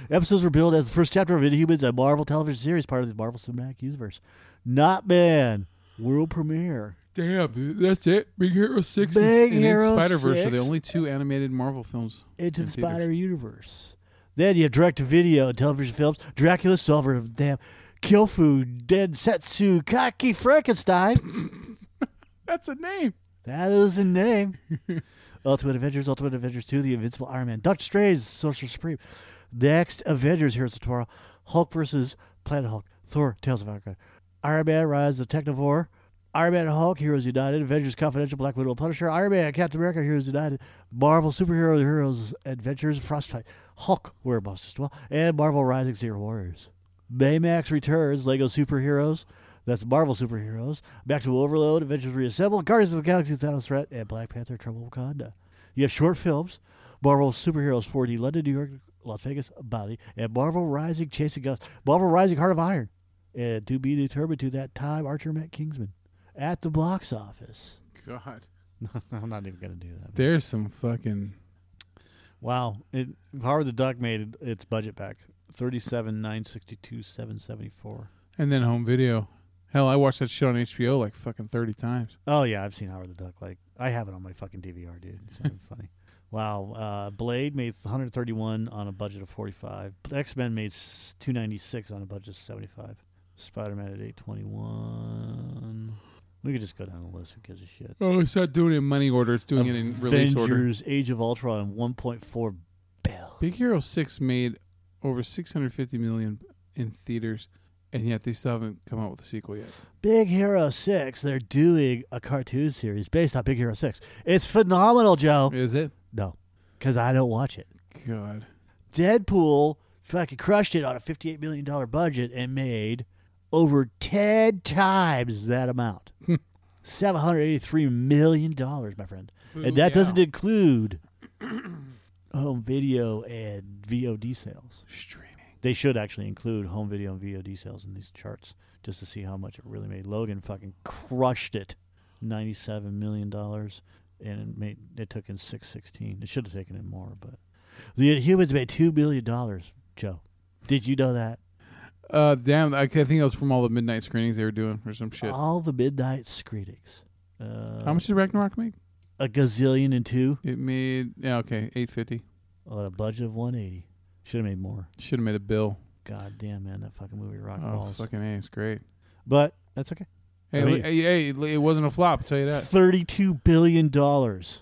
S1: Episodes were billed as the first chapter of Inhumans, a Marvel television series part of the Marvel Cinematic Universe. Not Man, world premiere.
S2: Damn, dude, that's it. Big Hero Six
S1: Big
S2: and, and
S1: Hero
S2: Spider Verse are the
S1: 6.
S2: only two animated Marvel films.
S1: Into
S2: in
S1: the
S2: theaters.
S1: Spider Universe. Then you have direct to video and television films Dracula, Silver, of Damn, Killfu, Dead Setsu, Kaki, Frankenstein.
S2: That's a name.
S1: That is a name. Ultimate Avengers, Ultimate Avengers 2, The Invincible Iron Man, Doctor Strange, Sorcerer Supreme. Next, Avengers, Heroes of Tomorrow, Hulk versus Planet Hulk, Thor, Tales of Asgard, Iron Man, Rise of Technivore, Iron Man and Hulk, Heroes United, Avengers Confidential, Black Widow, Punisher, Iron Man, Captain America, Heroes United, Marvel Superhero Heroes Adventures, Frostfight, Hulk, Where Monsters Dwell, and Marvel Rising Zero Warriors. Baymax Returns, Lego Superheroes, that's Marvel Superheroes, Maximum Overload, Avengers Reassembled, Guardians of the Galaxy, Thanos Threat, and Black Panther, Trouble in Wakanda. You have short films, Marvel Superheroes 4D, London, New York, Las Vegas, Bali, and Marvel Rising, Chasing Us, Marvel Rising, Heart of Iron, and to be determined to that time, Archer met Kingsman at the box office.
S2: God,
S1: I'm not even going to do that.
S2: there's some fucking.
S1: Wow. It, Howard the Duck made its budget back. 37, 962, 774.
S2: And then home video. Hell, I watched that shit on HBO like fucking thirty times.
S1: Oh yeah, I've seen Howard the Duck. Like I have it on my fucking DVR, dude. It's not even funny. Wow. Uh, Blade made 131 on a budget of 45. X Men made s- 296 on a budget of 75. Spider Man at 821. We could just go down the list. Who gives a shit?
S2: Oh, it's not doing it in money order. It's doing it in release order.
S1: Avengers: Age of Ultron 1.4 bill.
S2: Big Hero Six made over six hundred fifty million in theaters, and yet they still haven't come out with a sequel yet.
S1: Big Hero Six. They're doing a cartoon series based on Big Hero Six. It's phenomenal, Joe.
S2: Is it?
S1: No, because I don't watch it.
S2: God.
S1: Deadpool fucking crushed it on a $58 million budget and made over 10 times that amount. $783 million, my friend. and uh, that
S2: Booyah.
S1: doesn't include home video and VOD sales.
S2: Streaming.
S1: They should actually include home video and VOD sales in these charts just to see how much it really made. Logan fucking crushed it, ninety-seven million dollars, and it made it took in six sixteen. It should have taken in more, but the humans made two billion dollars. Joe, did you know that?
S2: Uh, damn, I, I think that was from all the midnight screenings they were doing or some shit.
S1: All the midnight screenings. Uh,
S2: How much did Ragnarok make?
S1: A gazillion and two
S2: It made yeah okay eight fifty.
S1: on a budget of one eighty. Should have made more.
S2: Should have made a bill.
S1: God damn man, that fucking movie rock
S2: Oh
S1: balls.
S2: fucking a, it's great.
S1: But that's okay.
S2: Hey,
S1: I mean-
S2: li- hey, hey, li- it wasn't a flop. I'll tell you that.
S1: Thirty-two billion dollars.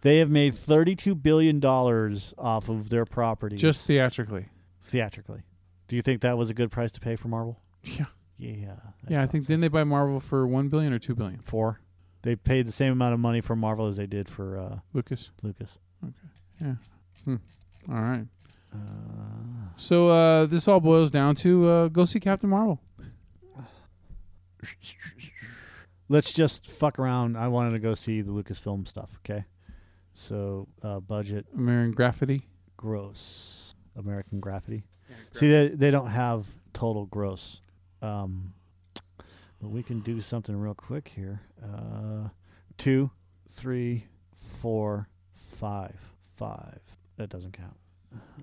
S1: they have made thirty-two billion dollars off of their property
S2: Just theatrically.
S1: theatrically. Do you think that was a good price to pay for Marvel?
S2: Yeah,
S1: Yeah. that's
S2: yeah. I think
S1: awesome.
S2: then they buy Marvel for one billion or two billion.
S1: four. They paid the same amount of money for Marvel as they did for uh,
S2: Lucas.
S1: Lucas.
S2: All right.
S1: Uh,
S2: So uh, this all boils down to uh, go see Captain Marvel.
S1: let's just fuck around. I wanted to go see the Lucasfilm stuff. Okay. So uh, budget
S2: American Graffiti.
S1: gross American Graffiti. See, they they don't have total gross, um, but we can do something real quick here. Uh, two, three, four, five, five. That doesn't count.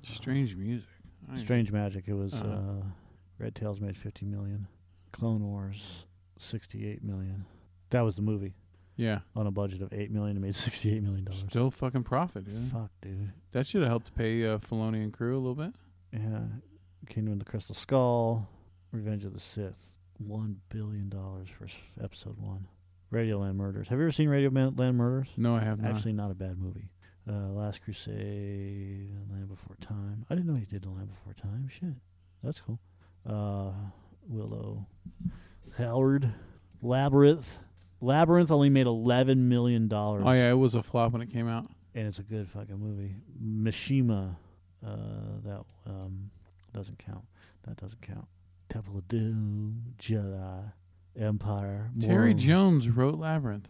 S2: Strange music.
S1: Strange Magic. It was
S2: Uh-huh.
S1: uh, Red Tails made fifty million. Clone Wars sixty-eight million. That was the movie
S2: Yeah.
S1: on a budget of eight million. It made sixty-eight million dollars.
S2: Still fucking profit, dude.
S1: Fuck, dude.
S2: That should have helped pay uh, Filoni and crew a little bit.
S1: Yeah, Kingdom of the Crystal Skull, Revenge of the Sith, one billion dollars for s- episode one. Radioland Murders. Have you ever seen Radioland Murders?
S2: No, I have not.
S1: Actually, not a bad movie. Uh, Last Crusade, Land Before Time. I didn't know he did The Land Before Time. Shit, that's cool. Uh, Willow, Howard, Labyrinth. Labyrinth only made eleven million dollars
S2: oh yeah, it was a flop when it came out.
S1: and it's a good fucking movie. Mishima, uh, that um, doesn't count. That doesn't count. Temple of Doom, Jedi, Empire. More,
S2: Terry Jones wrote Labyrinth.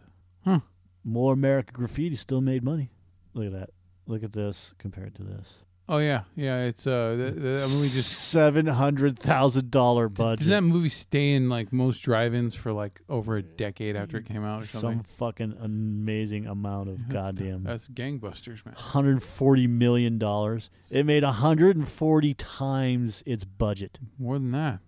S1: More American Graffiti still made money. Look at that. Look at this compared to this.
S2: Oh yeah, yeah. It's uh, th- th- that movie just
S1: seven hundred thousand dollar
S2: did that
S1: budget.
S2: movie stay in like most drive-ins for like over a decade after it came out or
S1: Mm. Some
S2: something?
S1: fucking amazing amount of goddamn.
S2: That's gangbusters, man.
S1: 140 million dollars. It made 140 times its budget.
S2: More than that.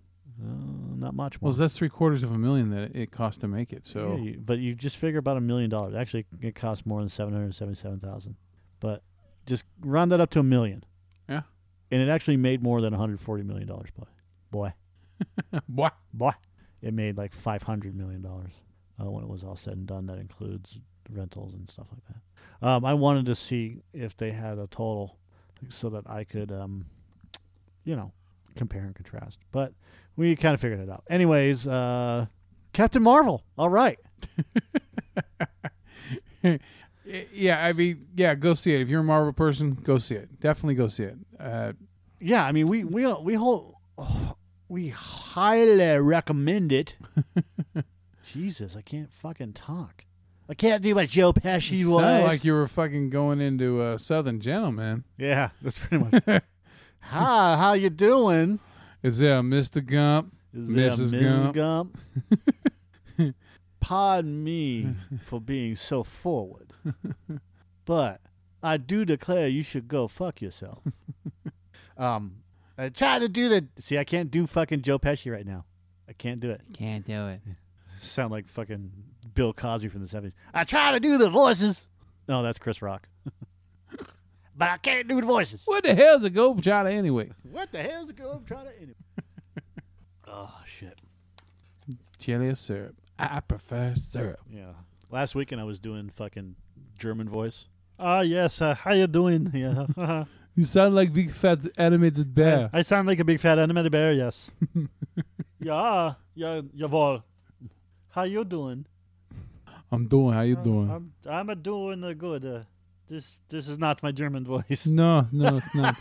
S1: Uh, not much more.
S2: Mm. Well, that's three quarters of a million that it cost to make it.
S1: Yeah,
S2: So
S1: you- but you just figure about a million dollars. Actually, it costs more than seven hundred seventy-seven thousand. But just round that up to a million.
S2: Yeah.
S1: And it actually made more than one hundred forty million dollars. Boy, boy,
S2: What?
S1: boy, it made like five hundred million dollars uh, when it was all said and done. That includes rentals and stuff like that. Um, I wanted to see if they had a total, so that I could, um, you know, compare and contrast. But we kind of figured it out. Anyways, uh, Captain Marvel. All right.
S2: Y- Yeah, I mean, yeah, go see it. If you're a Marvel person, go see it. Definitely go see it. Uh,
S1: yeah i mean we we we whole we highly recommend it jesus i can't fucking talk i can't do what joe pesci
S2: sounded
S1: was
S2: like you were fucking going into uh, Southern Gentleman.
S1: yeah that's pretty much hi how you doing
S2: Is there a Mr. Gump?
S1: Is that
S2: Mrs.
S1: mrs gump, pardon me for being so forward but i do declare you should go fuck yourself um i try to do the see i can't do fucking joe pesci right now i can't do it
S4: Can't do it.
S1: sound like fucking Bill Cosby from the 70s. I try to do the voices. No, that's Chris Rock. but I can't do the voices.
S2: What the hell's a Gold China anyway?
S1: What the hell's going trying to anyway? oh shit.
S2: Jelly or syrup? I prefer syrup.
S1: Yeah. Last weekend I was doing fucking German voice. Ah yes, uh, how you doing? Yeah.
S2: You sound like big fat animated bear.
S1: I sound like a big fat animated bear, yes. yeah, yeah, jawohl. How you doing?
S2: I'm doing. How you doing?
S1: I'm I'm a doing uh, good. Uh, this this is not my German voice.
S2: no, no, it's not.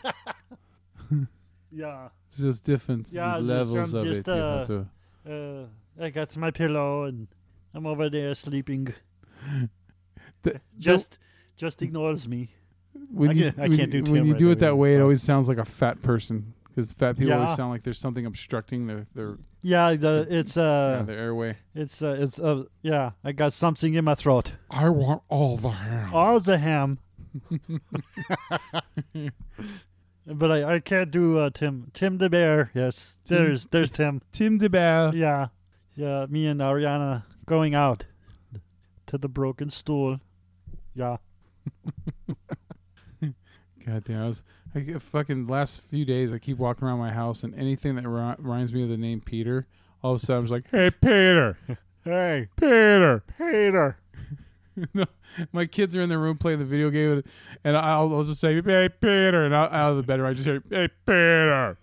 S3: Yeah.
S2: It's just different
S3: Yeah, just-
S2: levels
S3: I'm
S2: of
S3: just,
S2: it. you have
S3: uh,
S2: to-
S3: Uh, I got my pillow and I'm over there sleeping.
S2: The- the-
S3: Just just ignores me.
S2: When
S1: I
S2: you,
S1: can't- I
S2: when
S1: can't
S2: you-
S1: do
S2: when
S1: Tim
S2: you
S1: right
S2: do it
S1: there.
S2: that way, it always sounds like a fat person because fat people always
S3: Yeah.
S2: sound like there's something obstructing their their,
S3: Yeah, the, it's
S2: yeah,
S3: uh,
S2: their airway.
S3: it's uh, it's uh, yeah. I got something in my throat.
S2: I want all the ham.
S3: All the ham. but I, I can't do uh, Tim Tim the bear. Yes,
S2: Tim-
S3: there's
S1: Mm.
S3: there's Tim.
S2: Tim
S1: uh.
S2: DeBell.
S3: Yeah, yeah. Me and Ariana going out to the broken stool. Yeah.
S2: God damn, I was I get- fucking last few days. I keep walking around my house, and anything that ri- reminds me of the name Peter, all of a sudden I'm just like, "Hey, Peter,
S1: Hey,
S2: Peter."
S1: Peter.
S2: My kids are in their room playing the video game, and I'll, I'll just say, "Hey, Peter," and out, out of the bedroom I just hear, "Hey, Peter."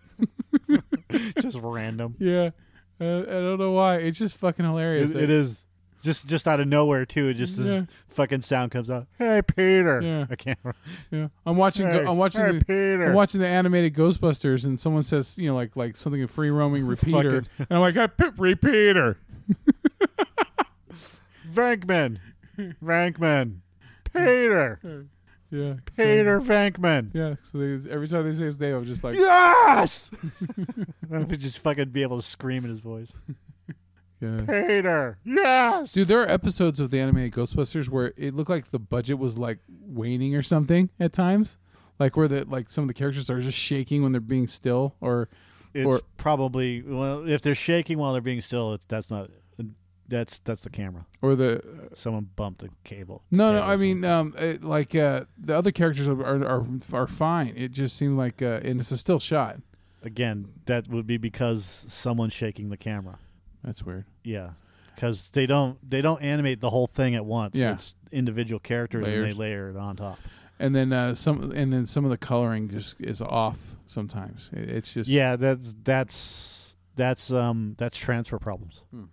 S1: Just random.
S2: Yeah, uh, I don't know why. It's just fucking hilarious.
S1: It, it is just just out of nowhere too. It just this
S2: Yeah.
S1: fucking sound comes out. Hey, Peter.
S2: Yeah.
S1: I can't.
S2: Yeah, I'm watching.
S1: Hey,
S2: I'm watching.
S1: hey,
S2: the,
S1: Peter.
S2: I'm watching the animated Ghostbusters, and someone says, you know, like like something in free roaming repeater,
S1: Fucking-
S2: and I'm like, I pip repeater.
S1: Vankman. Vankman. Peter.
S2: Yeah, so-
S1: Peter Vankman.
S2: yeah. So they, every time they say his name, I'm just like,
S1: Yes. I would just fucking be able to scream in his voice.
S2: yeah.
S1: Peter. Yes.
S2: Dude, there are episodes of the animated Ghostbusters where it looked like the budget was like waning or something at times, like where the like some of the characters are just shaking when they're being still, or
S1: it's
S2: or-
S1: probably well if they're shaking while they're being still. It's, that's not. That's that's the camera.
S2: or the
S1: Someone bumped the cable.
S2: No, no.
S1: Cable
S2: I
S1: or
S2: mean,
S1: something.
S2: um, it, like uh, the other characters are, are are are fine. It just seemed like, uh, and it's a still shot.
S1: again, that would be because someone's shaking the camera.
S2: That's weird.
S1: Yeah, because they don't they don't animate the whole thing at once.
S2: Yeah.
S1: It's individual characters and they
S2: Layers.
S1: layer it on top.
S2: And then uh, some, and then some of the coloring just is off sometimes. It, it's just
S1: Yeah, that's that's that's um that's transfer problems.
S2: Hmm.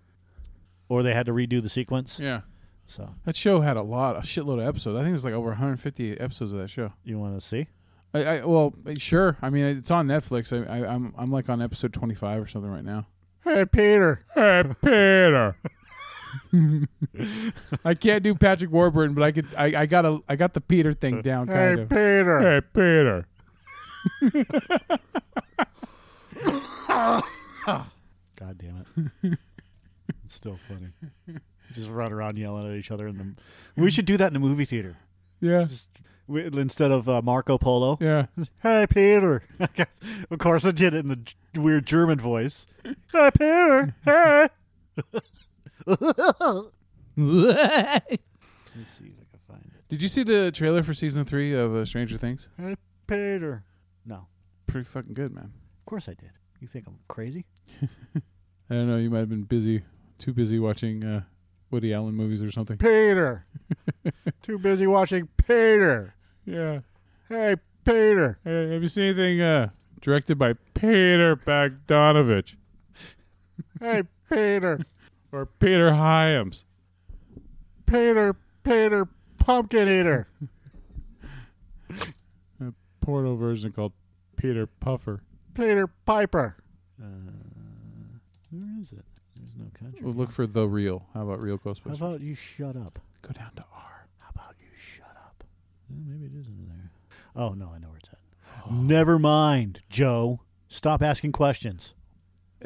S1: Or they had to redo the sequence.
S2: yeah.
S1: So
S2: That show had a lot, a shitload of episodes. I think it's like over 150 episodes of that show.
S1: you want to see?
S2: I, I well, sure. I mean, it's on Netflix. I, I, I'm I'm like on episode 25 or something right now.
S1: Hey Peter,
S2: Hey, Peter. I can't do Patrick Warburton, but I could. I, I got a. I got the Peter thing down. Kind of.
S1: Peter,
S2: Hey, Peter.
S1: God damn it! it's still funny. Just run around yelling at each other in the. We should do that in the movie theater.
S2: Yeah.
S1: We, instead of uh, Marco Polo,
S2: Yeah.
S1: Hey, Peter. of course, I did it in the g- weird German voice.
S3: Hey, Peter. Hey.
S1: Let's see if I can find it.
S2: Did you see the trailer for season three of uh, Stranger Things?
S3: Hey, Peter.
S1: No,
S2: Pretty fucking good, man.
S1: of course I did. You think I'm crazy?
S2: I don't know. You might have been busy, too busy watching uh, Woody Allen movies or something.
S1: Peter. Too busy watching Peter.
S2: Yeah.
S1: Hey, Peter.
S2: Hey, have you seen anything uh, directed by Peter Bogdanovich
S1: Hey, Peter.
S2: or Peter Hyams?
S1: Peter. Peter. Pumpkin Eater.
S2: Porno version called Peter Puffer.
S1: Peter Piper. Uh, where is it? There's no country.
S2: Well, look for the real. How about real
S1: How
S2: Ghostbusters?
S1: about you shut up?
S2: Go down to R.
S1: How about you shut up? maybe it isn't there. Oh no, I know where it's at. Never mind, Joe. Stop asking questions.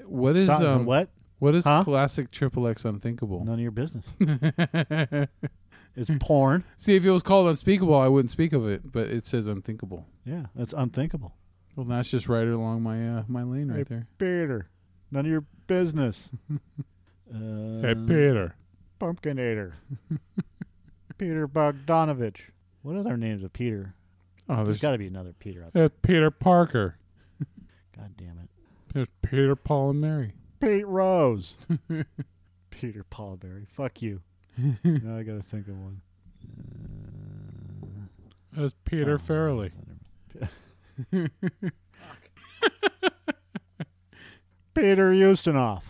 S2: What is
S1: Stop.
S2: um,
S1: what?
S2: what is
S1: Huh?
S2: classic triple X unthinkable?
S1: None of your business. It's porn.
S2: See, if it was called unspeakable, I wouldn't speak of it, but it says unthinkable.
S1: Yeah, that's unthinkable.
S2: Well, that's just right along my uh, my lane right
S1: Hey,
S2: there.
S1: Peter, none of your business. uh,
S2: Peter.
S1: Pumpkinator. Peter Bogdanovich. What other names of Peter?
S2: Oh,
S1: There's
S2: there's
S1: got to be another Peter out there.
S2: there's Peter Parker.
S1: God damn it.
S2: There's Peter, Paul, and Mary.
S1: Pete Rose. Peter Paulberry. Fuck you. now I got to think of one. Uh,
S2: There's
S1: Oh,
S2: Peter Farrelly.
S1: Peter Ustinov.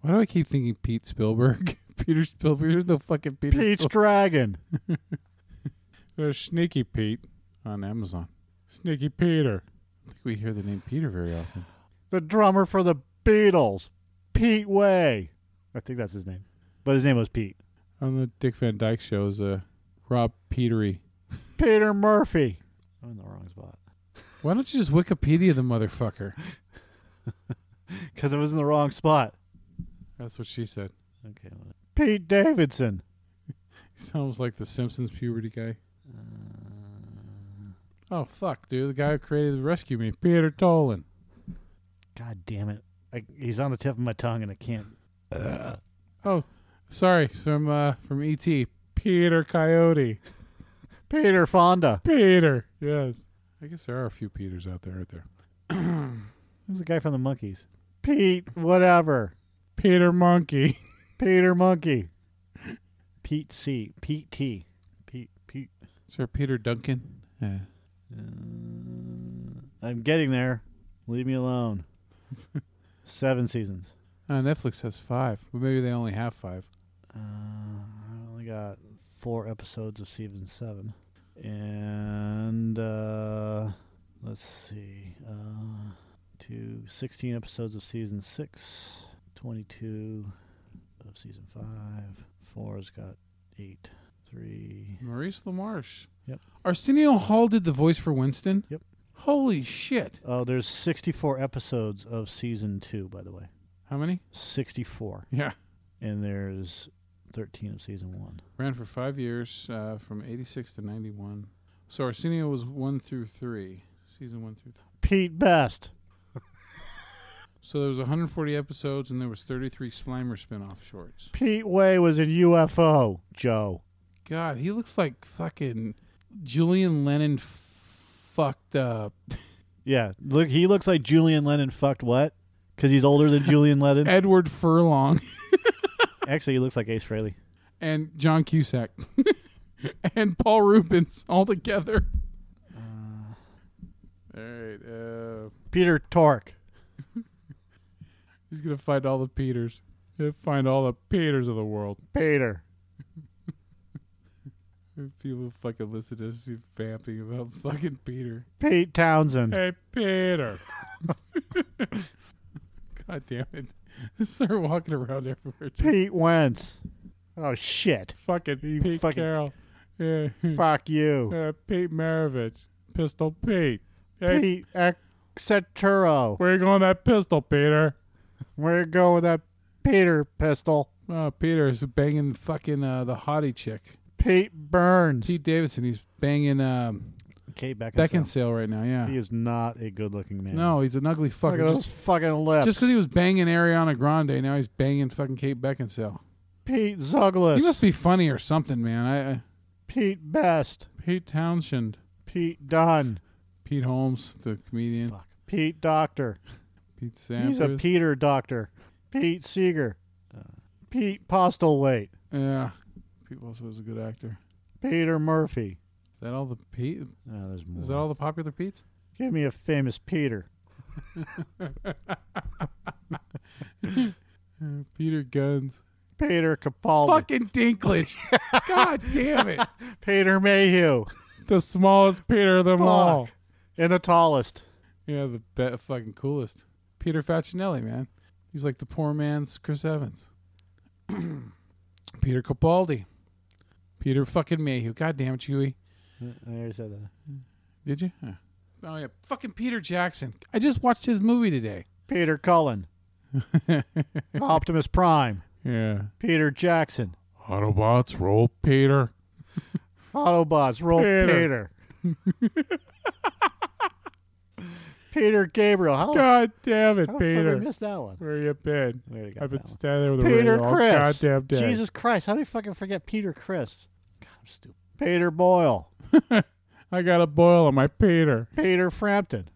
S2: Why do I keep thinking Pete Spielberg? Peter Spielberg. There's no fucking Peter.
S1: Peach
S2: Spielberg.
S1: Dragon.
S2: There's Sneaky Pete on Amazon. Sneaky Peter. I think we hear the name Peter very often.
S1: The drummer for the Beatles. Pete Way. I think that's his name. But his name was Pete.
S2: On the Dick Van Dyke show is uh, Rob Petery.
S1: Peter Murphy. I'm in the wrong spot.
S2: Why don't you just Wikipedia the motherfucker?
S1: Because I was in the wrong spot.
S2: That's what she said.
S1: Okay. I'm gonna- Pete Davidson.
S2: He sounds like the Simpsons puberty guy.
S1: Uh,
S2: Oh fuck, dude! The guy who created the Rescue Me, Peter Tolan.
S1: God damn it. I, he's on the tip of my tongue and I can't.
S2: Sorry, it's from uh, from ET, Peter Coyote.
S1: Peter Fonda.
S2: Peter, yes. I guess there are a few Peters out there, right there.
S1: Who's the guy from the Monkeys? Pete, whatever.
S2: Peter Monkey.
S1: Peter Monkey. Pete C. Pete T. Pete. Pete.
S2: Is there Peter Duncan? Yeah.
S1: Uh, I'm getting there. Leave me alone. Seven seasons.
S2: Uh, Netflix has five, but maybe they only have five.
S1: Uh, I only got four episodes of season seven, and uh, let's see, uh, two, 16 episodes of season six, 22 of season five. Four's got eight, three.
S2: Maurice LaMarche.
S1: Yep.
S2: Arsenio Hall did the voice for Winston.
S1: Yep.
S2: Holy shit!
S1: Oh, there's 64 episodes of season two, by the way,
S2: How many?
S1: 64,
S2: Yeah.
S1: and there's 13 of season one.
S2: Ran for five years, uh, from '86 to '91. So Arsenio was one through three, season one through. Three.
S1: Pete Best.
S2: So there was 140 episodes, and there was 33 Slimer spin-off shorts.
S1: Pete Way was in UFO. Joe.
S2: God, he looks like fucking Julian Lennon f- fucked up.
S1: Yeah, look, he looks like Julian Lennon fucked what? Because he's older than Julian Lennon.
S2: Edward Furlong
S1: Actually, he looks like Ace Frehley.
S2: and John Cusack and Paul Rubens all together. All right, uh,
S1: Peter Tork.
S2: he's gonna find all the Peters. He'll find all the Peters of the world.
S1: Peter.
S2: People fucking listen to us vamping about fucking Peter.
S1: Pete Townsend.
S2: Hey, Peter. God damn it! Start walking around everywhere.
S1: Pete Wentz. Oh, shit.
S2: fucking
S1: You
S2: Pete
S1: fucking-
S2: Carroll. Yeah.
S1: Fuck you.
S2: Uh, Pete Maravich. Pistol Pete. Hey,
S1: Pete Exeturo.
S2: where you going with that pistol, Peter?
S1: Where you going with that Peter pistol?
S2: Oh, Peter is banging fucking uh, the hottie chick.
S1: Pete Burns.
S2: Pete Davidson, he's banging um,
S1: Kate Beckinsale.
S2: Beckinsale right now,
S1: He
S2: yeah.
S1: is not a good looking man.
S2: No, he's an ugly
S1: Look at
S2: fucker.
S1: those
S2: Just
S1: fucking lips.
S2: because he was banging Ariana Grande, now he's banging fucking Kate Beckinsale.
S1: Pete Zuglas.
S2: He must be funny or something, man. I, I
S1: Pete Best.
S2: Pete Townshend.
S1: Pete Dunn.
S2: Pete Holmes, the comedian.
S1: Fuck. Pete Doctor.
S2: Pete Sampras.
S1: He's a Peter doctor. Pete Seeger. Pete Postlewaite.
S2: yeah. Pete also is a good actor.
S1: Peter Murphy.
S2: Is that all the Pete?
S1: Oh, there's more.
S2: Is that all the popular Pete's?
S1: Give me a famous Peter. Uh,
S2: Peter Guns.
S1: Peter Capaldi.
S2: Fucking Dinklage. God damn it.
S1: Peter Mayhew.
S2: The smallest Peter of them all.
S1: Fuck. And the tallest.
S2: Yeah, the be- fucking coolest. Peter Facinelli, man. He's like the poor man's Chris Evans. Peter Capaldi. Peter fucking Mayhew. God damn it, Chewy.
S1: Uh, I already said that.
S2: Did you? Huh. Oh, yeah. Fucking Peter Jackson. I just watched his movie today.
S1: Peter Cullen. Optimus Prime.
S2: Yeah.
S1: Peter Jackson.
S2: Autobots, roll Peter.
S1: Autobots. Roll
S2: Peter.
S1: Peter. Peter Gabriel. How,
S2: God damn it,
S1: Oh. how the fuck I
S2: Peter.
S1: missed that one?
S2: Where you been?
S1: Where did I that
S2: I've been
S1: one?
S2: standing over the
S1: Peter
S2: radio all
S1: Chris.
S2: goddamn day.
S1: Jesus Christ, how do you fucking forget Peter Chris? God, I'm stupid. Peter Boyle.
S2: I got a boil on my Peter.
S1: Peter Frampton.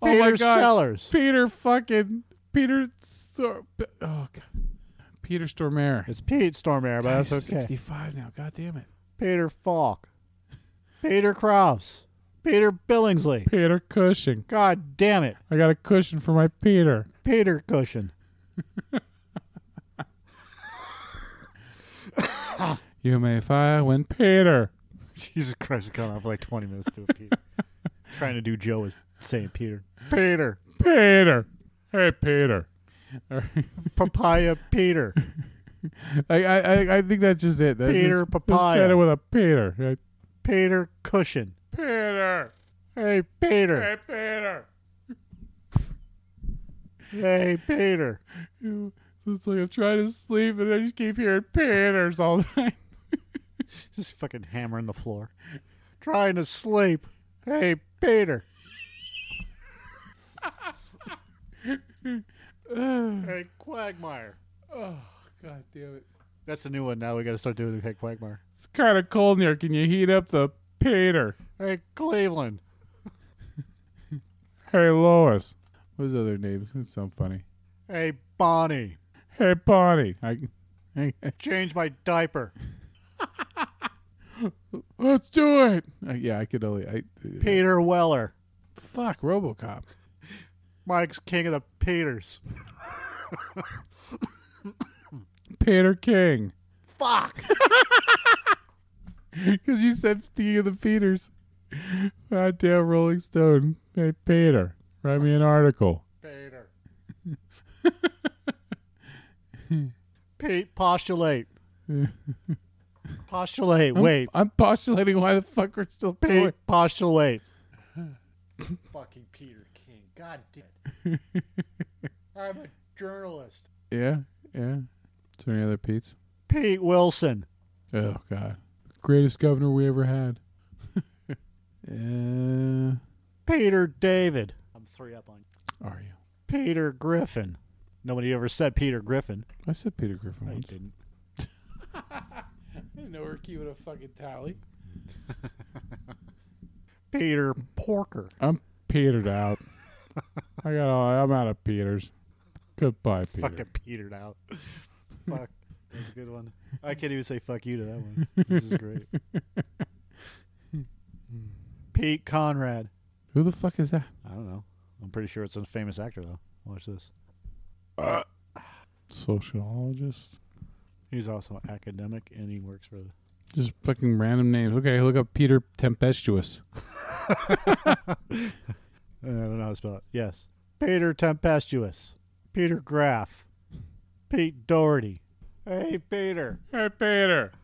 S2: Oh
S1: Peter
S2: my God.
S1: Sellers.
S2: Peter fucking Peter Stor- Oh God. Peter Stormare.
S1: It's Pete Stormare, but that's
S2: He's
S1: okay.
S2: 65 now. God damn it.
S1: Peter Falk. Peter Krause. Peter Billingsley.
S2: Peter Cushing.
S1: God damn it.
S2: I got a cushion for my Peter.
S1: Peter Cushion.
S2: You may fire when Peter.
S1: Jesus Christ, we're coming off like 20 minutes to a Peter. Trying to do Joe is saying Peter. Peter.
S2: Peter. Hey Peter. All right.
S1: Papaya Peter.
S2: I, I I- I think that's just it. That's
S1: Peter
S2: just,
S1: Papaya.
S2: Just said it with a Peter. Right?
S1: Peter Cushion.
S2: Peter.
S1: Hey, Peter.
S2: Peter.
S1: Hey, Peter.
S2: It's like I'm trying to sleep and I just keep hearing Peters all night.
S1: Just fucking hammering the floor. Trying to sleep. Hey, Peter. hey, Quagmire.
S2: Oh, god damn it.
S1: That's a new one. Now we got to start doing Hey, Quagmire.
S2: It's kind of cold in here. Can you heat up the Peter?
S1: Hey, Cleveland.
S2: Hey, Lois. What's other names? That's so funny.
S1: Hey, Bonnie.
S2: Hey, Bonnie. I, I, I-
S1: Change my diaper.
S2: let's do it. Uh, yeah, I could only. I, uh,
S1: Peter Weller.
S2: Fuck, Robocop.
S1: Mike's king of the Peters.
S2: Peter King.
S1: Fuck.
S2: Because you said King of the Peters. Goddamn Rolling Stone. Hey, Peter, write me an article.
S1: Peter. Pete, postulate. postulate.
S2: I'm-
S1: Wait.
S2: I'm postulating why the fuck we're still
S1: Pete
S2: going.
S1: postulates. Fucking Peter King. God damn I'm a journalist.
S2: Yeah, yeah. Is there any other Pete's?
S1: Pete Wilson.
S2: Oh God, greatest governor we ever had. uh,
S1: Peter David. I'm three up on you.
S2: are you?
S1: Peter Griffin. Nobody ever said Peter Griffin.
S2: I said Peter Griffin.
S1: No, you
S2: once.
S1: didn't.
S2: I didn't know we were keeping a fucking tally.
S1: Peter Porker.
S2: I'm petered out. I got. All, I'm out of Peters. Goodbye, Peter.
S1: Fucking petered out. Fuck. That's a good one. I can't even say fuck you to that one. This is great. Pete Conrad.
S2: Who the fuck is that?
S1: I don't know. I'm pretty sure it's a famous actor, though. Watch this.
S2: Sociologist.
S1: He's also an academic and he works for the.
S2: Just fucking random names. Okay, look up Peter Tempestuous.
S1: I don't know how to spell it. Yes. Peter Tempestuous. Peter Graff. Pete Doherty. Hey, Peter.
S2: Hey, Peter.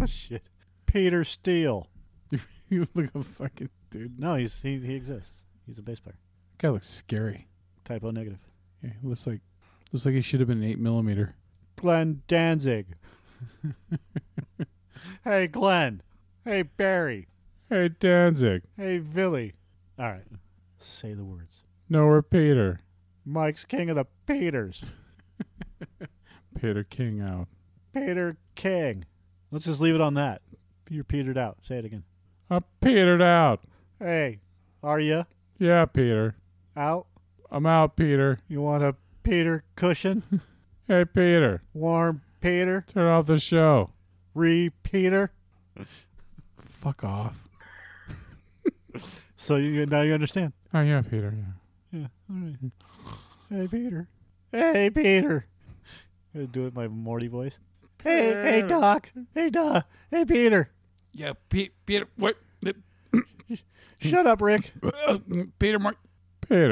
S1: Oh, shit. Peter Steele.
S2: you look a fucking dude.
S1: No, he's he, he exists. He's a bass player.
S2: Guy looks scary.
S1: Typo negative.
S2: Yeah, he looks like looks like he should have been eight millimeter.
S1: Glenn Danzig. hey, Glenn. Hey, Barry.
S2: Hey, Danzig.
S1: Hey, Villy. All right. Say the words.
S2: No, we're Peter.
S1: Mike's King of the Peters.
S2: Peter King out.
S1: Peter King. Let's just leave it on that. You're petered out. Say it again.
S2: I'm petered out.
S1: Hey, are you
S2: Yeah, Peter.
S1: out?
S2: I'm out, Peter.
S1: You want a Peter cushion?
S2: Hey, Peter.
S1: Warm Peter?
S2: Turn off the show.
S1: Re Peter?
S2: Fuck off.
S1: So you now you understand.
S2: Oh yeah, Peter. Yeah.
S1: Yeah. All right. Hey, Peter. Hey, Peter. I do it my Morty voice. Hey, hey, Doc. Hey, Doc. Hey, Peter.
S2: Yeah, Pete, Peter. What?
S1: Shut up, Rick.
S2: Peter Mark. Peter.